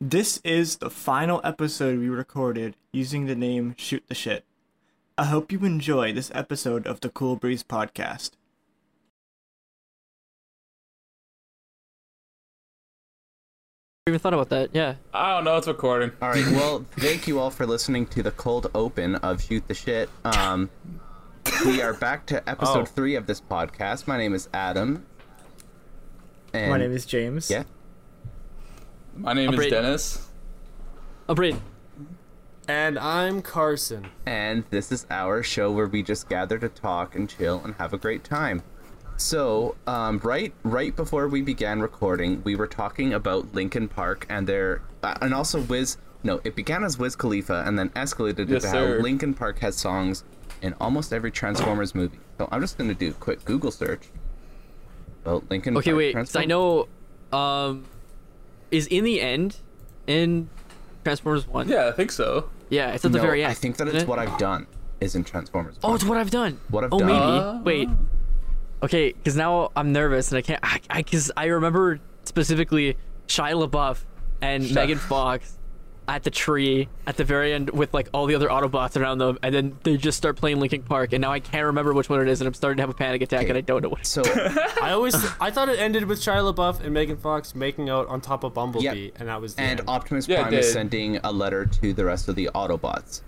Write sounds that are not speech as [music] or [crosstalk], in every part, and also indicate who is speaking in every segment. Speaker 1: This is the final episode we recorded using the name Shoot the Shit. I hope you enjoy this episode of the Cool Breeze podcast.
Speaker 2: even thought about that. Yeah.
Speaker 3: I don't know. It's recording.
Speaker 4: All right. Well, thank you all for listening to the cold open of Shoot the Shit. Um, we are back to episode
Speaker 3: Oh.
Speaker 4: three of this podcast. My name is Adam. And
Speaker 1: My name is James.
Speaker 4: yeah.
Speaker 3: My name is
Speaker 2: Upgrade.
Speaker 3: Dennis.
Speaker 2: Oh, Braden.
Speaker 5: And I'm Carson.
Speaker 4: And this is our show where we just gather to talk and chill and have a great time. So, um, right right before we began recording, we were talking about Lincoln Park and their uh, and also Wiz. No, it began as Wiz Khalifa and then escalated
Speaker 3: Yes,
Speaker 4: to
Speaker 3: sir.
Speaker 4: how Lincoln Park has songs in almost every Transformers movie. So I'm just gonna do a quick Google search. About Lincoln
Speaker 2: Okay,
Speaker 4: Park
Speaker 2: wait. 'cause I
Speaker 4: Transform-
Speaker 2: know. Um, is in the end in Transformers One.
Speaker 3: Yeah, I think so.
Speaker 2: Yeah, it's at the
Speaker 4: No,
Speaker 2: very end.
Speaker 4: I think that
Speaker 2: isn't
Speaker 4: it's
Speaker 2: it?
Speaker 4: what I've done is in Transformers.
Speaker 2: Oh, it's what I've done.
Speaker 4: What I've
Speaker 2: oh,
Speaker 4: done.
Speaker 3: Uh,
Speaker 2: maybe. Wait. Okay, because now I'm nervous and I can't. I I, cause I remember specifically Shia LaBeouf and Megan Fox at the tree at the very end with like all the other Autobots around them, and then they just start playing Linkin Park, and now I can't remember which one it is, and I'm starting to have a panic attack, and I don't know what. It's.
Speaker 4: So
Speaker 5: I always I thought it ended with Shia LaBeouf and Megan Fox making out on top of Bumblebee,
Speaker 4: Yeah.
Speaker 5: and that was the
Speaker 4: and
Speaker 5: end.
Speaker 4: Optimus
Speaker 3: Yeah, it
Speaker 4: Prime is
Speaker 3: did.
Speaker 4: sending a letter to the rest of the Autobots.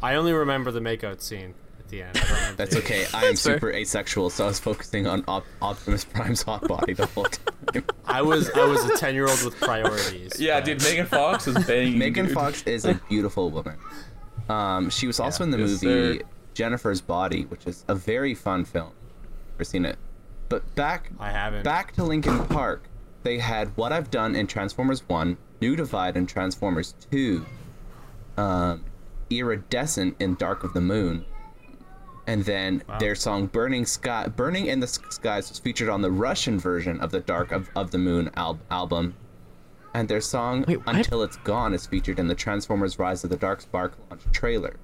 Speaker 5: I only remember the makeout scene at the end. I don't remember
Speaker 4: That's
Speaker 5: the-
Speaker 4: okay.
Speaker 3: [laughs]
Speaker 4: I
Speaker 2: fair.
Speaker 4: am super asexual, so I was focusing on Op- Optimus Prime's hot body the
Speaker 3: [laughs]
Speaker 4: whole time.
Speaker 5: I was I was a ten year old with priorities.
Speaker 3: Yeah,
Speaker 5: but-
Speaker 3: dude. Megan Fox is banging.
Speaker 4: Megan
Speaker 3: dude.
Speaker 4: Fox is a beautiful woman. Um, she was also in the
Speaker 3: Yes,
Speaker 4: movie
Speaker 3: sir.
Speaker 4: Jennifer's Body, which is a very fun film. Ever seen it? But back
Speaker 5: I haven't.
Speaker 4: back to Lincoln Park, they had what I've done in Transformers One, New Divide in Transformers Two, um, Iridescent in Dark of the Moon, and then their song "Burning Sky," "Burning in the S- Skies" was featured on the Russian version of the Dark of, of the Moon al- album, and their song
Speaker 2: Wait, what?
Speaker 4: "Until It's Gone" is featured in the Transformers: Rise of the Dark Spark launch trailer.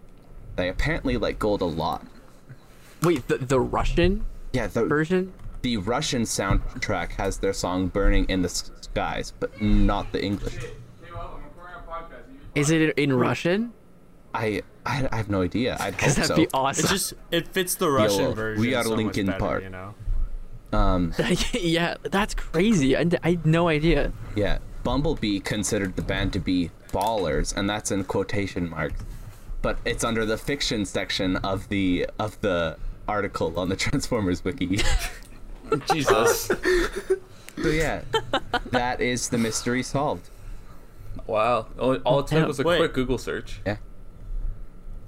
Speaker 4: They apparently like gold a lot.
Speaker 2: Wait, the, the Russian
Speaker 4: Yeah, the,
Speaker 2: version?
Speaker 4: the Russian soundtrack has their song "Burning in the S- Skies," but not the English.
Speaker 2: Is it in Russian?
Speaker 4: I I, I have no idea. I'd hope
Speaker 2: Because that'd
Speaker 4: so.
Speaker 2: be
Speaker 5: It
Speaker 2: awesome.
Speaker 5: just it fits the Russian
Speaker 4: we
Speaker 5: version.
Speaker 4: are
Speaker 5: so much
Speaker 4: Linkin
Speaker 5: better,
Speaker 4: Park.
Speaker 5: You know.
Speaker 2: [laughs] yeah, that's crazy. I, I had no idea.
Speaker 4: Yeah, Bumblebee considered the band to be ballers, and that's in quotation marks. But it's under the fiction section of the of the article on the [laughs] Transformers wiki.
Speaker 3: Jesus.
Speaker 4: so
Speaker 2: [laughs]
Speaker 4: yeah, that is the mystery solved.
Speaker 3: wow. All, all it took was a
Speaker 5: Wait.
Speaker 3: quick Google search.
Speaker 4: Yeah.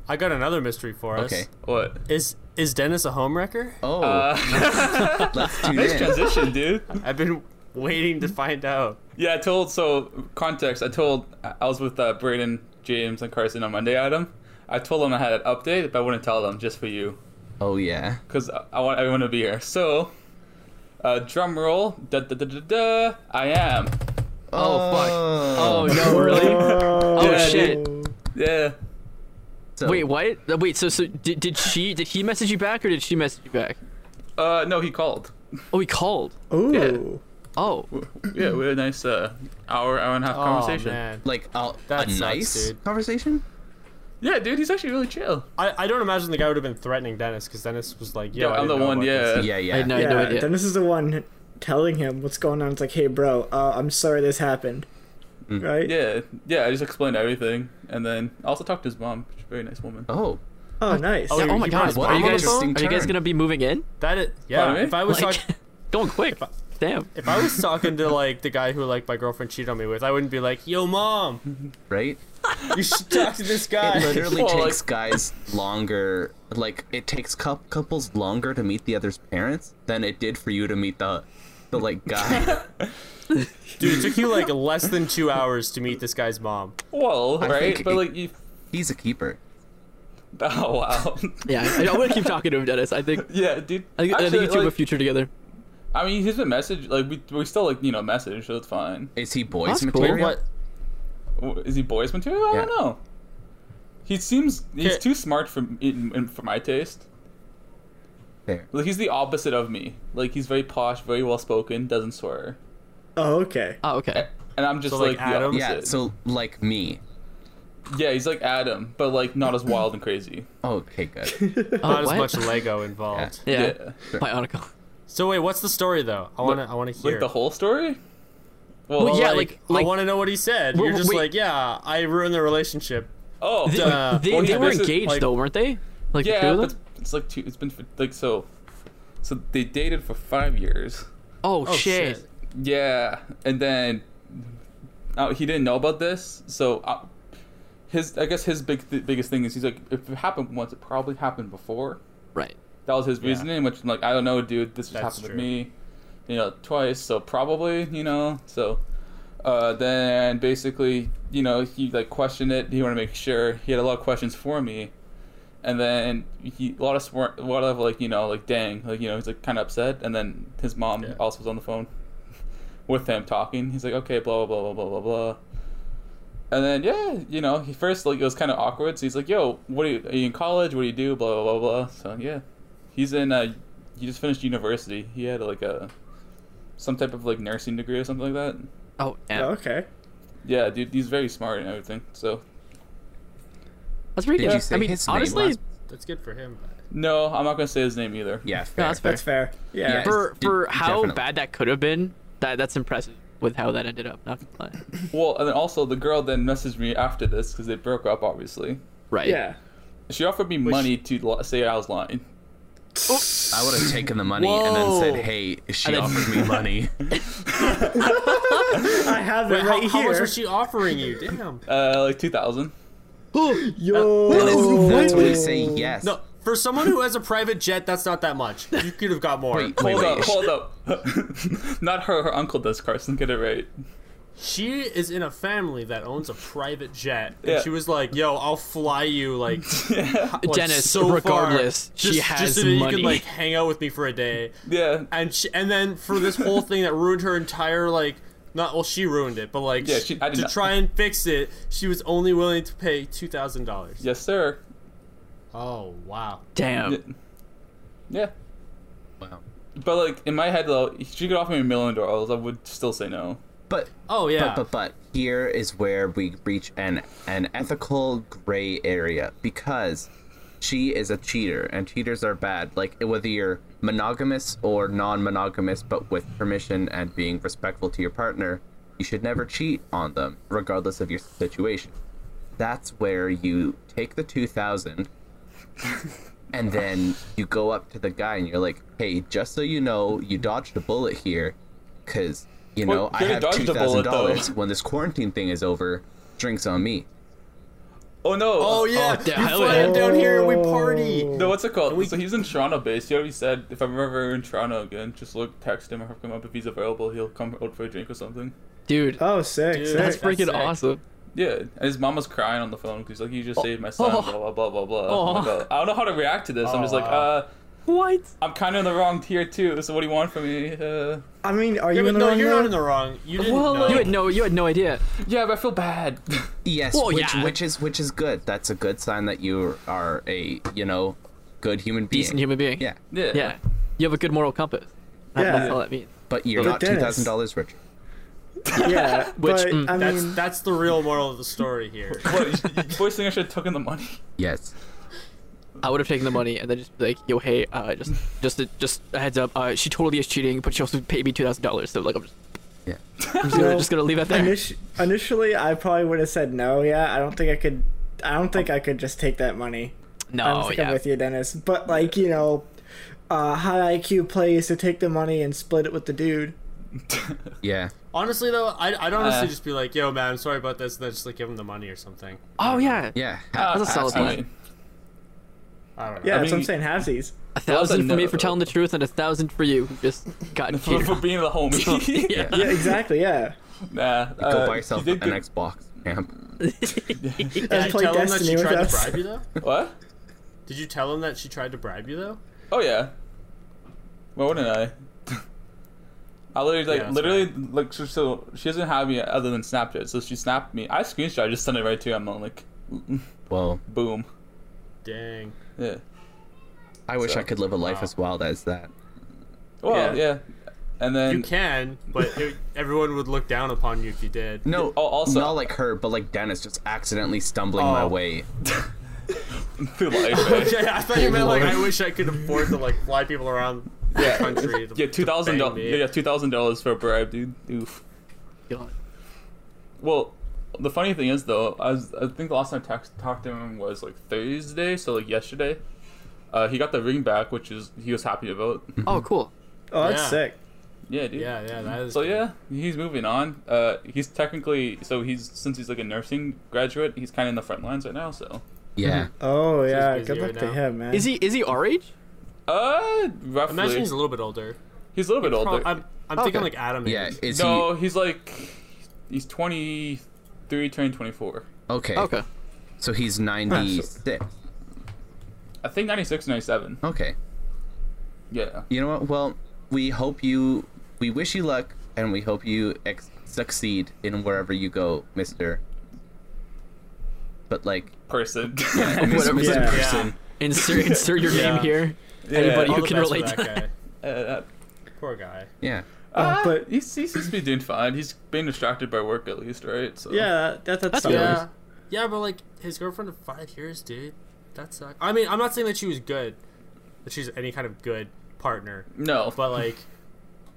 Speaker 5: I got another mystery for us.
Speaker 4: Okay.
Speaker 3: What?
Speaker 5: Is is Dennis a homewrecker?
Speaker 4: Oh,
Speaker 2: Uh. [laughs]
Speaker 4: let's tune
Speaker 3: Nice
Speaker 4: in.
Speaker 3: transition, dude.
Speaker 5: I've been waiting to
Speaker 3: [laughs]
Speaker 5: find out.
Speaker 3: Yeah, I told. So context. I told. I I was with uh, Braden, James, and Carson on Monday. Adam. I told them I had an update, but I wouldn't tell them just for you.
Speaker 4: Oh yeah.
Speaker 3: because I, I want everyone to be here. So, uh, drum roll. Da, da, da, da, da, I am.
Speaker 2: Oh, fuck. Oh
Speaker 4: Oh,
Speaker 2: no, [laughs] really? oh
Speaker 3: Yeah,
Speaker 2: shit.
Speaker 3: Yeah.
Speaker 4: so-
Speaker 2: Wait, what? Uh, Wait, so so did, did she did he message you back or did she message you back?
Speaker 3: Uh, no, he called.
Speaker 2: Oh, he called.
Speaker 1: Ooh.
Speaker 2: Oh,
Speaker 3: Yeah, we had a nice uh, hour, hour and a half
Speaker 5: Oh
Speaker 3: conversation.
Speaker 5: man.
Speaker 4: Like a, a
Speaker 5: That sucks,
Speaker 4: nice
Speaker 5: dude.
Speaker 4: conversation?
Speaker 3: Yeah, dude, he's actually really chill.
Speaker 5: I, I don't imagine the guy would have been threatening Dennis because Dennis was like, "Yo,
Speaker 3: Yeah,
Speaker 5: I
Speaker 3: I'm the
Speaker 5: didn't know
Speaker 3: one,
Speaker 5: about this.
Speaker 3: yeah.
Speaker 4: Yeah, yeah.
Speaker 2: I had no,
Speaker 1: Yeah,
Speaker 2: no idea.
Speaker 1: Dennis is the one telling him what's going on. It's like, hey, bro, uh, I'm sorry this happened.
Speaker 4: Mm.
Speaker 1: Right?
Speaker 3: Yeah, yeah, I just explained everything. And then I also talked to his mom, she's a very nice woman.
Speaker 4: Oh,
Speaker 1: Oh, nice.
Speaker 2: Yeah, oh
Speaker 5: he
Speaker 2: my
Speaker 5: brought
Speaker 2: god,
Speaker 5: his
Speaker 2: are
Speaker 5: mom
Speaker 2: you
Speaker 5: on the
Speaker 2: guys are you
Speaker 4: phone?
Speaker 2: guys gonna be moving in?
Speaker 5: That is,
Speaker 3: Pardon
Speaker 5: yeah.
Speaker 3: me?
Speaker 5: If I was
Speaker 2: Like,
Speaker 5: talk-
Speaker 2: [laughs] going quick. Damn.
Speaker 5: if I was talking to like the guy who like my girlfriend cheated on me with, I wouldn't be like, "Yo, mom,
Speaker 4: right?
Speaker 5: you should talk to this guy."
Speaker 4: It literally
Speaker 3: Well, like-
Speaker 4: takes guys longer. Like it takes cou- couples longer to meet the other's parents than it did for you to meet the, the like guy.
Speaker 5: Dude, it took you like less than two hours to meet this guy's mom.
Speaker 3: Well,
Speaker 4: I
Speaker 3: right?
Speaker 4: think
Speaker 3: But
Speaker 4: it-
Speaker 3: like, you.
Speaker 4: He's a keeper.
Speaker 3: [laughs] Oh, wow.
Speaker 2: Yeah, I, I want to keep talking to him, Dennis. I think
Speaker 3: yeah, dude.
Speaker 2: I think, I think you two have a
Speaker 3: like,
Speaker 2: future together.
Speaker 3: I mean, he's been message like we, we still like you know message, so it's fine.
Speaker 4: Is he boys
Speaker 2: That's cool.
Speaker 4: material?
Speaker 5: What?
Speaker 3: W- Is he boys material? I
Speaker 4: Yeah.
Speaker 3: don't know. He seems he's
Speaker 5: Here-
Speaker 3: too smart for in, in, for my taste.
Speaker 4: Fair.
Speaker 3: Like he's the opposite of me. Like he's very posh, very well spoken, doesn't swear.
Speaker 1: oh, okay.
Speaker 2: Oh, okay.
Speaker 3: and I'm just
Speaker 5: So,
Speaker 3: like,
Speaker 5: like,
Speaker 3: the
Speaker 5: Adam?
Speaker 4: Yeah,
Speaker 3: opposite.
Speaker 4: so like me.
Speaker 3: yeah, he's like Adam, but like not as wild and crazy.
Speaker 4: Okay, good.
Speaker 5: Not
Speaker 2: Oh, what?
Speaker 5: as much Lego involved.
Speaker 2: [laughs] Yeah.
Speaker 3: Yeah.
Speaker 2: Bionicle.
Speaker 5: So wait, what's the story though? I wanna, I wanna hear.
Speaker 3: Like the whole story? Well,
Speaker 2: Well, yeah,
Speaker 5: like,
Speaker 2: like-
Speaker 5: I
Speaker 2: like-
Speaker 5: want to know what he said.
Speaker 2: Well,
Speaker 5: You're just
Speaker 2: wait.
Speaker 5: like, yeah, I ruined the relationship. Uh,
Speaker 3: oh,
Speaker 2: They,
Speaker 5: Duh.
Speaker 2: they,
Speaker 3: Well,
Speaker 2: they
Speaker 3: yeah,
Speaker 2: were
Speaker 3: this is,
Speaker 2: engaged
Speaker 3: like-
Speaker 2: though, weren't they? Like the two
Speaker 3: yeah,
Speaker 2: of
Speaker 3: but
Speaker 2: them?
Speaker 3: it's like two, it's been for, like so. So they dated for five years.
Speaker 2: Oh,
Speaker 5: Oh
Speaker 2: shit.
Speaker 5: shit.
Speaker 3: Yeah, and then uh, he didn't know about this, so uh, his I guess his big th- biggest thing is he's like, if it happened once, it probably happened before.
Speaker 2: Right.
Speaker 3: That was his reasoning, which I'm like, I don't know, dude, this just
Speaker 5: That's
Speaker 3: happened
Speaker 5: true.
Speaker 3: to me, you know, twice, so probably, you know, so. Uh, then basically, you know, he like questioned it. He wanted to make sure he had a lot of questions for me, and then he a lot of swar- a lot of like you know like dang like you know he's like kind of upset, and then his mom
Speaker 5: Yeah.
Speaker 3: also was on the phone [laughs] with him talking. He's like, okay, blah blah blah blah blah blah blah. And then yeah, you know, he first like it was kind of awkward. So he's like, "Yo, what are you, are you in college? What do you do?" Blah blah blah blah. So yeah, he's in. Uh, he just finished university. He had like a some type of like nursing degree or something like that.
Speaker 2: Oh, yeah.
Speaker 1: Okay.
Speaker 3: Yeah, dude, he's very smart and everything. So
Speaker 2: That's pretty
Speaker 4: Did
Speaker 2: good.
Speaker 4: you say
Speaker 2: I mean,
Speaker 4: his name
Speaker 2: honestly,
Speaker 4: last-
Speaker 5: That's good for him.
Speaker 3: no, I'm not gonna say his name either.
Speaker 4: Yeah, fair.
Speaker 2: no, that's fair.
Speaker 1: That's fair. Yeah.
Speaker 4: Yeah.
Speaker 2: For,
Speaker 4: It's-
Speaker 2: for
Speaker 4: it-
Speaker 2: how
Speaker 4: definitely.
Speaker 2: bad that could have been, that that's impressive with how that ended up. Not gonna lie.
Speaker 3: Well, and then also the girl then messaged me after this because they broke up. Obviously,
Speaker 2: Right.
Speaker 1: Yeah.
Speaker 3: she offered me money to li- say I was lying.
Speaker 4: I would have taken the money and then said, "Hey, she
Speaker 2: And then-
Speaker 4: offered
Speaker 2: [laughs]
Speaker 4: me money."
Speaker 1: I have it
Speaker 5: Wait,
Speaker 1: right
Speaker 5: how, how
Speaker 1: here.
Speaker 5: much was she offering you? Damn.
Speaker 3: Uh, like two thousand.
Speaker 1: Yo.
Speaker 4: that's when you say yes.
Speaker 5: No, for someone who has a private jet, that's not that much. You could have got more.
Speaker 4: Wait, wait,
Speaker 3: Hold
Speaker 4: wait.
Speaker 3: up, hold up. [laughs] not her. Her uncle does. Carson, get it right.
Speaker 5: She is in a family that owns a private jet, and
Speaker 3: Yeah.
Speaker 5: she was like, "Yo, I'll fly you like,
Speaker 3: [laughs]
Speaker 5: like,
Speaker 2: Dennis,
Speaker 5: so far,
Speaker 2: regardless, she
Speaker 5: just,
Speaker 2: has
Speaker 5: just so that you
Speaker 2: money.
Speaker 5: can like hang out with me for a day."
Speaker 3: Yeah,
Speaker 5: And she, and then for this whole thing that ruined her entire like, not well, she ruined it, but like,
Speaker 3: Yeah, she- I did
Speaker 5: to
Speaker 3: not-
Speaker 5: try and fix it, she was only willing to pay two thousand dollars.
Speaker 3: yes, sir.
Speaker 5: Oh wow.
Speaker 3: Yeah.
Speaker 2: Damn.
Speaker 3: Yeah.
Speaker 4: Wow.
Speaker 3: But like in my head though, if she could offer me a million dollars, I would still say no.
Speaker 4: But
Speaker 5: Oh yeah.
Speaker 4: But, but but here is where we reach an an ethical gray area because she is a cheater and cheaters are bad. Like whether you're monogamous or non-monogamous, but with permission and being respectful to your partner, you should never cheat on them, regardless of your situation. That's where you take the
Speaker 3: [laughs]
Speaker 4: two thousand. And then you go up to the guy and you're like, "Hey, just so you know, you dodged a bullet here, because you
Speaker 3: Well,
Speaker 4: know I
Speaker 3: you
Speaker 4: have
Speaker 3: dodged
Speaker 4: two
Speaker 3: a bullet,
Speaker 4: thousand
Speaker 3: though.
Speaker 4: dollars when this quarantine thing is over. Drinks on me.
Speaker 3: Oh no.
Speaker 5: oh yeah.
Speaker 2: Oh, damn,
Speaker 5: you
Speaker 2: hell
Speaker 5: fly
Speaker 2: yeah.
Speaker 5: him down here and we party.
Speaker 3: No, what's it called? so he's in Toronto based. He already said if I'm ever in Toronto again, just look, text him, or come up if he's available. He'll come out for a drink or something.
Speaker 2: Dude,
Speaker 1: Oh, sick.
Speaker 5: Dude,
Speaker 1: sick.
Speaker 2: that's
Speaker 5: that's
Speaker 2: freaking
Speaker 5: sick.
Speaker 2: awesome.
Speaker 3: Yeah, and his mom was crying on the phone because like you just saved my [laughs] son,
Speaker 2: Oh.
Speaker 3: blah blah blah blah blah. I'm like,
Speaker 2: Oh.
Speaker 3: uh, I don't know how to react to this. I'm
Speaker 5: Oh,
Speaker 3: just like,
Speaker 5: wow.
Speaker 3: uh,
Speaker 2: What?
Speaker 3: I'm kind of in the wrong tier too. So what do you want from me? Uh,
Speaker 1: I mean, are
Speaker 5: Yeah,
Speaker 1: you
Speaker 5: but
Speaker 1: in the
Speaker 5: no,
Speaker 1: wrong
Speaker 5: you're
Speaker 1: though?
Speaker 5: not in the wrong. You didn't
Speaker 2: Well,
Speaker 5: know.
Speaker 2: you had no, you had no idea.
Speaker 3: yeah, but I feel bad.
Speaker 4: Yes,
Speaker 2: Well,
Speaker 4: which
Speaker 2: yeah.
Speaker 4: which is which is good. That's a good sign that you are a you know good human being.
Speaker 2: Decent human being.
Speaker 4: Yeah,
Speaker 3: [laughs] yeah.
Speaker 2: Yeah. You have a good moral compass. That-
Speaker 1: Yeah.
Speaker 2: That's all that means.
Speaker 4: but you're
Speaker 1: But
Speaker 4: not two
Speaker 1: Dennis-
Speaker 4: thousand dollars richer.
Speaker 1: Yeah,
Speaker 2: Which,
Speaker 1: but,
Speaker 2: mm,
Speaker 1: I mean,
Speaker 5: That's [laughs] that's the real moral of the story here.
Speaker 3: What? you- you Boys think I should have taken the money.
Speaker 4: Yes.
Speaker 2: I would have taken the money and then just be like, yo, hey, uh, just, just, a, just a heads up, uh, she totally is cheating, but she also paid me two thousand dollars. So like, I'm just,
Speaker 4: Yeah.
Speaker 2: I'm just gonna,
Speaker 1: Well,
Speaker 2: just gonna leave that there.
Speaker 1: init- initially, I probably would have said no. Yeah, I don't think I could. I don't think I could just take that money. I don't
Speaker 2: No,
Speaker 1: think I'm
Speaker 2: Oh, yeah,
Speaker 1: with you, Dennis. But like you know, uh, high IQ plays to take the money and split it with the dude.
Speaker 4: Yeah.
Speaker 5: Honestly though, I I'd honestly
Speaker 3: Uh.
Speaker 5: just be like, yo man, I'm sorry about this, and then just like give him the money or something.
Speaker 2: oh yeah,
Speaker 4: Yeah.
Speaker 3: Uh,
Speaker 2: That's a solid
Speaker 3: I- I
Speaker 2: plan.
Speaker 3: mean,
Speaker 5: I don't know.
Speaker 1: Yeah,
Speaker 3: I
Speaker 1: that's what I'm
Speaker 3: mean-
Speaker 1: saying. Halfsies.
Speaker 2: a thousand for
Speaker 3: no,
Speaker 2: me
Speaker 3: no,
Speaker 2: for
Speaker 3: no.
Speaker 2: telling the truth and a thousand for you who just
Speaker 5: [laughs]
Speaker 2: got
Speaker 3: [laughs] for,
Speaker 2: cheated.
Speaker 3: for
Speaker 2: on.
Speaker 3: being the homie.
Speaker 2: [laughs] yeah.
Speaker 1: Yeah, exactly. Yeah.
Speaker 3: Nah,
Speaker 4: Go
Speaker 3: uh,
Speaker 4: buy yourself
Speaker 3: you
Speaker 4: an
Speaker 3: did good-
Speaker 4: Xbox. Champ.
Speaker 5: [laughs] Did
Speaker 1: Let's play
Speaker 5: you tell him that
Speaker 1: Destiny
Speaker 5: she
Speaker 1: with
Speaker 5: tried to
Speaker 1: us.
Speaker 5: bribe you
Speaker 3: [laughs]
Speaker 5: though?
Speaker 3: What?
Speaker 5: Did you tell him that she tried to bribe you though?
Speaker 3: Oh yeah. Why wouldn't I? [laughs] I literally like
Speaker 5: Yeah, that's
Speaker 3: literally like so, so she doesn't have me other than Snapchat, so she snapped me. I screenshot, I just sent it right to her. I'm like,
Speaker 4: Well,
Speaker 3: boom.
Speaker 5: Dang.
Speaker 3: Yeah.
Speaker 4: I wish
Speaker 3: So-
Speaker 4: I could live a life
Speaker 5: Wow.
Speaker 4: as wild as that.
Speaker 3: Well, yeah.
Speaker 5: Yeah.
Speaker 3: And and then
Speaker 5: You can, but it, everyone would look down upon you if you did.
Speaker 4: No,
Speaker 3: Oh, also-
Speaker 4: not like her, but like Dennis just accidentally stumbling my
Speaker 5: Oh.
Speaker 4: way.
Speaker 3: [laughs] through life,
Speaker 5: [laughs]
Speaker 3: right?
Speaker 5: Yeah, [laughs] I thought you
Speaker 3: [laughs]
Speaker 5: meant like I wish I could afford to like fly people around the
Speaker 3: [laughs]
Speaker 5: country. to-
Speaker 3: yeah, two thousand
Speaker 5: to bang
Speaker 3: dollars.
Speaker 5: me.
Speaker 3: Yeah, two thousand dollars for a bribe, dude. Oof.
Speaker 2: God.
Speaker 3: Well, the funny thing is though, I was, I think the last time I tax- talked to him was like Thursday, so like yesterday. Uh, he got the ring back, which is he was happy about.
Speaker 2: Oh, cool.
Speaker 1: Oh, that's
Speaker 5: Yeah.
Speaker 1: sick.
Speaker 3: Yeah, dude.
Speaker 5: Hmm. Yeah, yeah, that is.
Speaker 3: So yeah, he's moving on. Uh, he's technically so he's since he's like a nursing graduate, he's kind of in the front lines right now. So,
Speaker 4: Yeah.
Speaker 1: Oh yeah,
Speaker 5: busy
Speaker 1: good luck
Speaker 5: right
Speaker 1: to
Speaker 5: now.
Speaker 1: him, man.
Speaker 2: Is he is he our age?
Speaker 3: uh, roughly,
Speaker 5: Imagine he's a little bit older.
Speaker 3: he's a little bit
Speaker 5: Pro-
Speaker 3: older.
Speaker 5: I'm, I'm
Speaker 2: Okay.
Speaker 5: thinking like Adam.
Speaker 4: Yeah.
Speaker 5: age.
Speaker 4: Is
Speaker 3: no, he's like he's twenty three, turning twenty four.
Speaker 4: he okay?
Speaker 2: Okay.
Speaker 4: So he's ninety six.
Speaker 3: I think 96, 97.
Speaker 4: Okay.
Speaker 3: Yeah.
Speaker 4: You know what? Well, we hope you. We wish you luck, and we hope you ex- succeed in wherever you go, Mister. But like,
Speaker 3: Person.
Speaker 4: Mister
Speaker 3: [laughs]
Speaker 2: Whatever.
Speaker 1: Yeah.
Speaker 4: Person.
Speaker 2: Insert insert your
Speaker 5: [laughs] Yeah.
Speaker 2: name here.
Speaker 3: Yeah.
Speaker 2: Anybody
Speaker 5: All
Speaker 2: who
Speaker 5: the
Speaker 2: can
Speaker 5: best for
Speaker 2: relate.
Speaker 5: that guy.
Speaker 3: Uh,
Speaker 5: Poor guy.
Speaker 4: Yeah.
Speaker 3: uh,
Speaker 1: but-
Speaker 3: he seems to be doing fine. He's being distracted by work at least, right? So
Speaker 1: Yeah, that, that's
Speaker 2: That's
Speaker 1: solid.
Speaker 2: good.
Speaker 5: Yeah, yeah, but like his girlfriend of five years, dude. That sucks. I mean, I'm not saying that she was good, that she's any kind of good partner,
Speaker 3: No.
Speaker 5: but [laughs] like,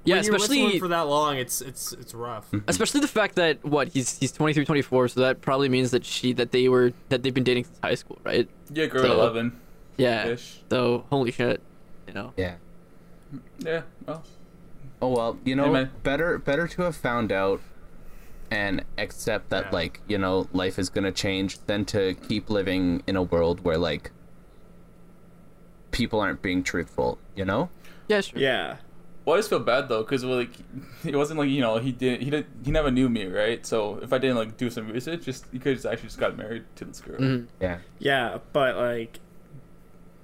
Speaker 2: Yeah,
Speaker 5: when you're with someone
Speaker 2: especially
Speaker 5: for that long, it's it's it's rough.
Speaker 2: especially the fact that what he's he's 23, 24, so that probably means that she that they were that they've been dating since high school, right?
Speaker 3: yeah, girl
Speaker 2: So-
Speaker 3: 11
Speaker 2: Yeah.
Speaker 3: ish.
Speaker 2: So holy shit, you know.
Speaker 4: Yeah.
Speaker 3: Yeah. Well,
Speaker 4: Oh well, you know,
Speaker 3: man.
Speaker 4: better better to have found out and accept that
Speaker 5: Yeah.
Speaker 4: like, you know, life is gonna change than to keep living in a world where like people aren't being truthful, you know?
Speaker 2: Yeah,
Speaker 1: [laughs]
Speaker 2: sure.
Speaker 1: Yeah.
Speaker 3: well, I just feel bad though, because like, [laughs] it wasn't like you know he did he did he never knew me, right? So if I didn't like do some research, just he could have actually just got married to this girl.
Speaker 2: Mm-hmm.
Speaker 4: Yeah.
Speaker 1: Yeah, but like,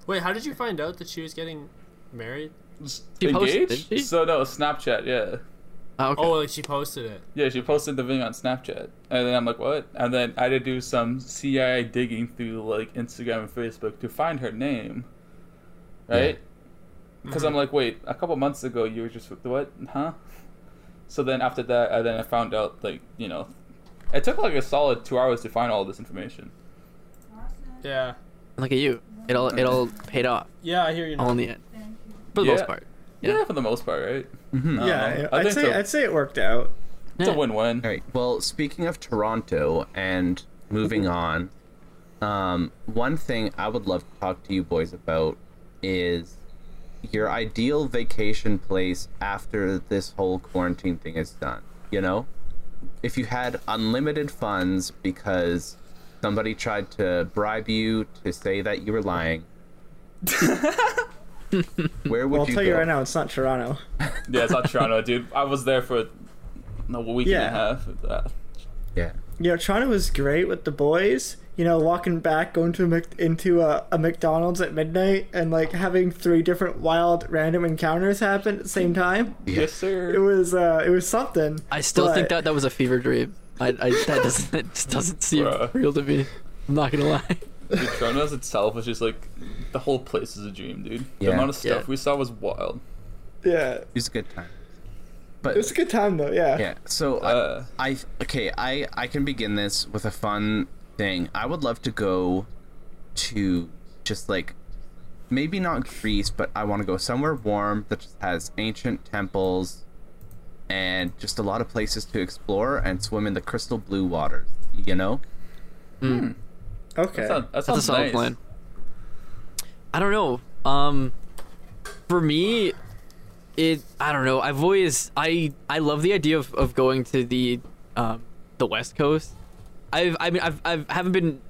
Speaker 5: Wait, how did you find out that she was getting married?
Speaker 3: Just
Speaker 2: She posted,
Speaker 3: engaged?
Speaker 2: didn't she?
Speaker 3: So no, Snapchat. Yeah.
Speaker 2: Oh, okay.
Speaker 5: Oh, like she posted it.
Speaker 3: Yeah, she posted the thing on Snapchat, and then I'm like, "What?" And then I had to do some CI digging through like Instagram and Facebook to find her name, right? Because
Speaker 1: Mm-hmm.
Speaker 3: I'm like, "Wait, a couple months ago you were just with what? Huh?" So then after that, and then I found out like you know, it took like a solid two hours to find all this information.
Speaker 5: Yeah,
Speaker 2: Look at you. It all it all paid off
Speaker 5: yeah, I hear you.
Speaker 2: all in
Speaker 5: Now.
Speaker 2: the end, for the
Speaker 3: Yeah.
Speaker 2: most part.
Speaker 3: Yeah,
Speaker 2: Yeah.
Speaker 3: for the most part, right?
Speaker 4: Mm-hmm. Uh-huh.
Speaker 3: Um,
Speaker 1: yeah,
Speaker 3: I
Speaker 1: I'd
Speaker 3: think
Speaker 1: say
Speaker 3: so.
Speaker 1: I'd say it worked out.
Speaker 3: it's a
Speaker 2: Yeah.
Speaker 3: win-win.
Speaker 4: All right. Well, speaking of Toronto and moving on, um, one thing I would love to talk to you boys about is your ideal vacation place after this whole quarantine thing is done. You know, if you had unlimited funds because somebody tried to bribe you to say that you
Speaker 1: [laughs]
Speaker 4: were lying, where would
Speaker 1: Well, I'll
Speaker 4: you
Speaker 1: tell
Speaker 4: go?
Speaker 1: you right now, it's not Toronto.
Speaker 3: Yeah, it's not Toronto, dude. I was there for a week
Speaker 1: Yeah.
Speaker 3: and a half. of that.
Speaker 4: Yeah.
Speaker 1: You know, Toronto was great with the boys. You know, walking back, going to a Mc- into a, a McDonald's at midnight, and like having three different wild, random encounters happen at the same time.
Speaker 3: Yes,
Speaker 1: It
Speaker 3: sir.
Speaker 1: was uh, it was something.
Speaker 2: I still think
Speaker 1: but-
Speaker 2: that that was a fever dream. I, I that doesn't [laughs] that just doesn't seem
Speaker 3: Bruh.
Speaker 2: real to me. I'm not gonna lie.
Speaker 3: Dude, Toronto's itself is just like the whole place is a dream, dude. The
Speaker 4: Yeah.
Speaker 3: amount of stuff
Speaker 2: Yeah.
Speaker 3: we saw was wild.
Speaker 1: Yeah, it
Speaker 4: It was a good time. But
Speaker 1: was a good time though. Yeah.
Speaker 4: Yeah. So
Speaker 3: Uh.
Speaker 4: I, I okay. I I can begin this with a fun thing. I would love to go to just like maybe not Greece, but I want to go somewhere warm that just has ancient temples and just a lot of places to explore and swim in the crystal blue waters. You know?
Speaker 1: Okay.
Speaker 3: That sounds, that
Speaker 2: That's a
Speaker 3: sounds
Speaker 2: solid
Speaker 3: nice.
Speaker 2: plan. I don't know. Um, for me, it. I don't know. I've always i I love the idea of, of going to the um the West Coast. I've I mean I've I've haven't been.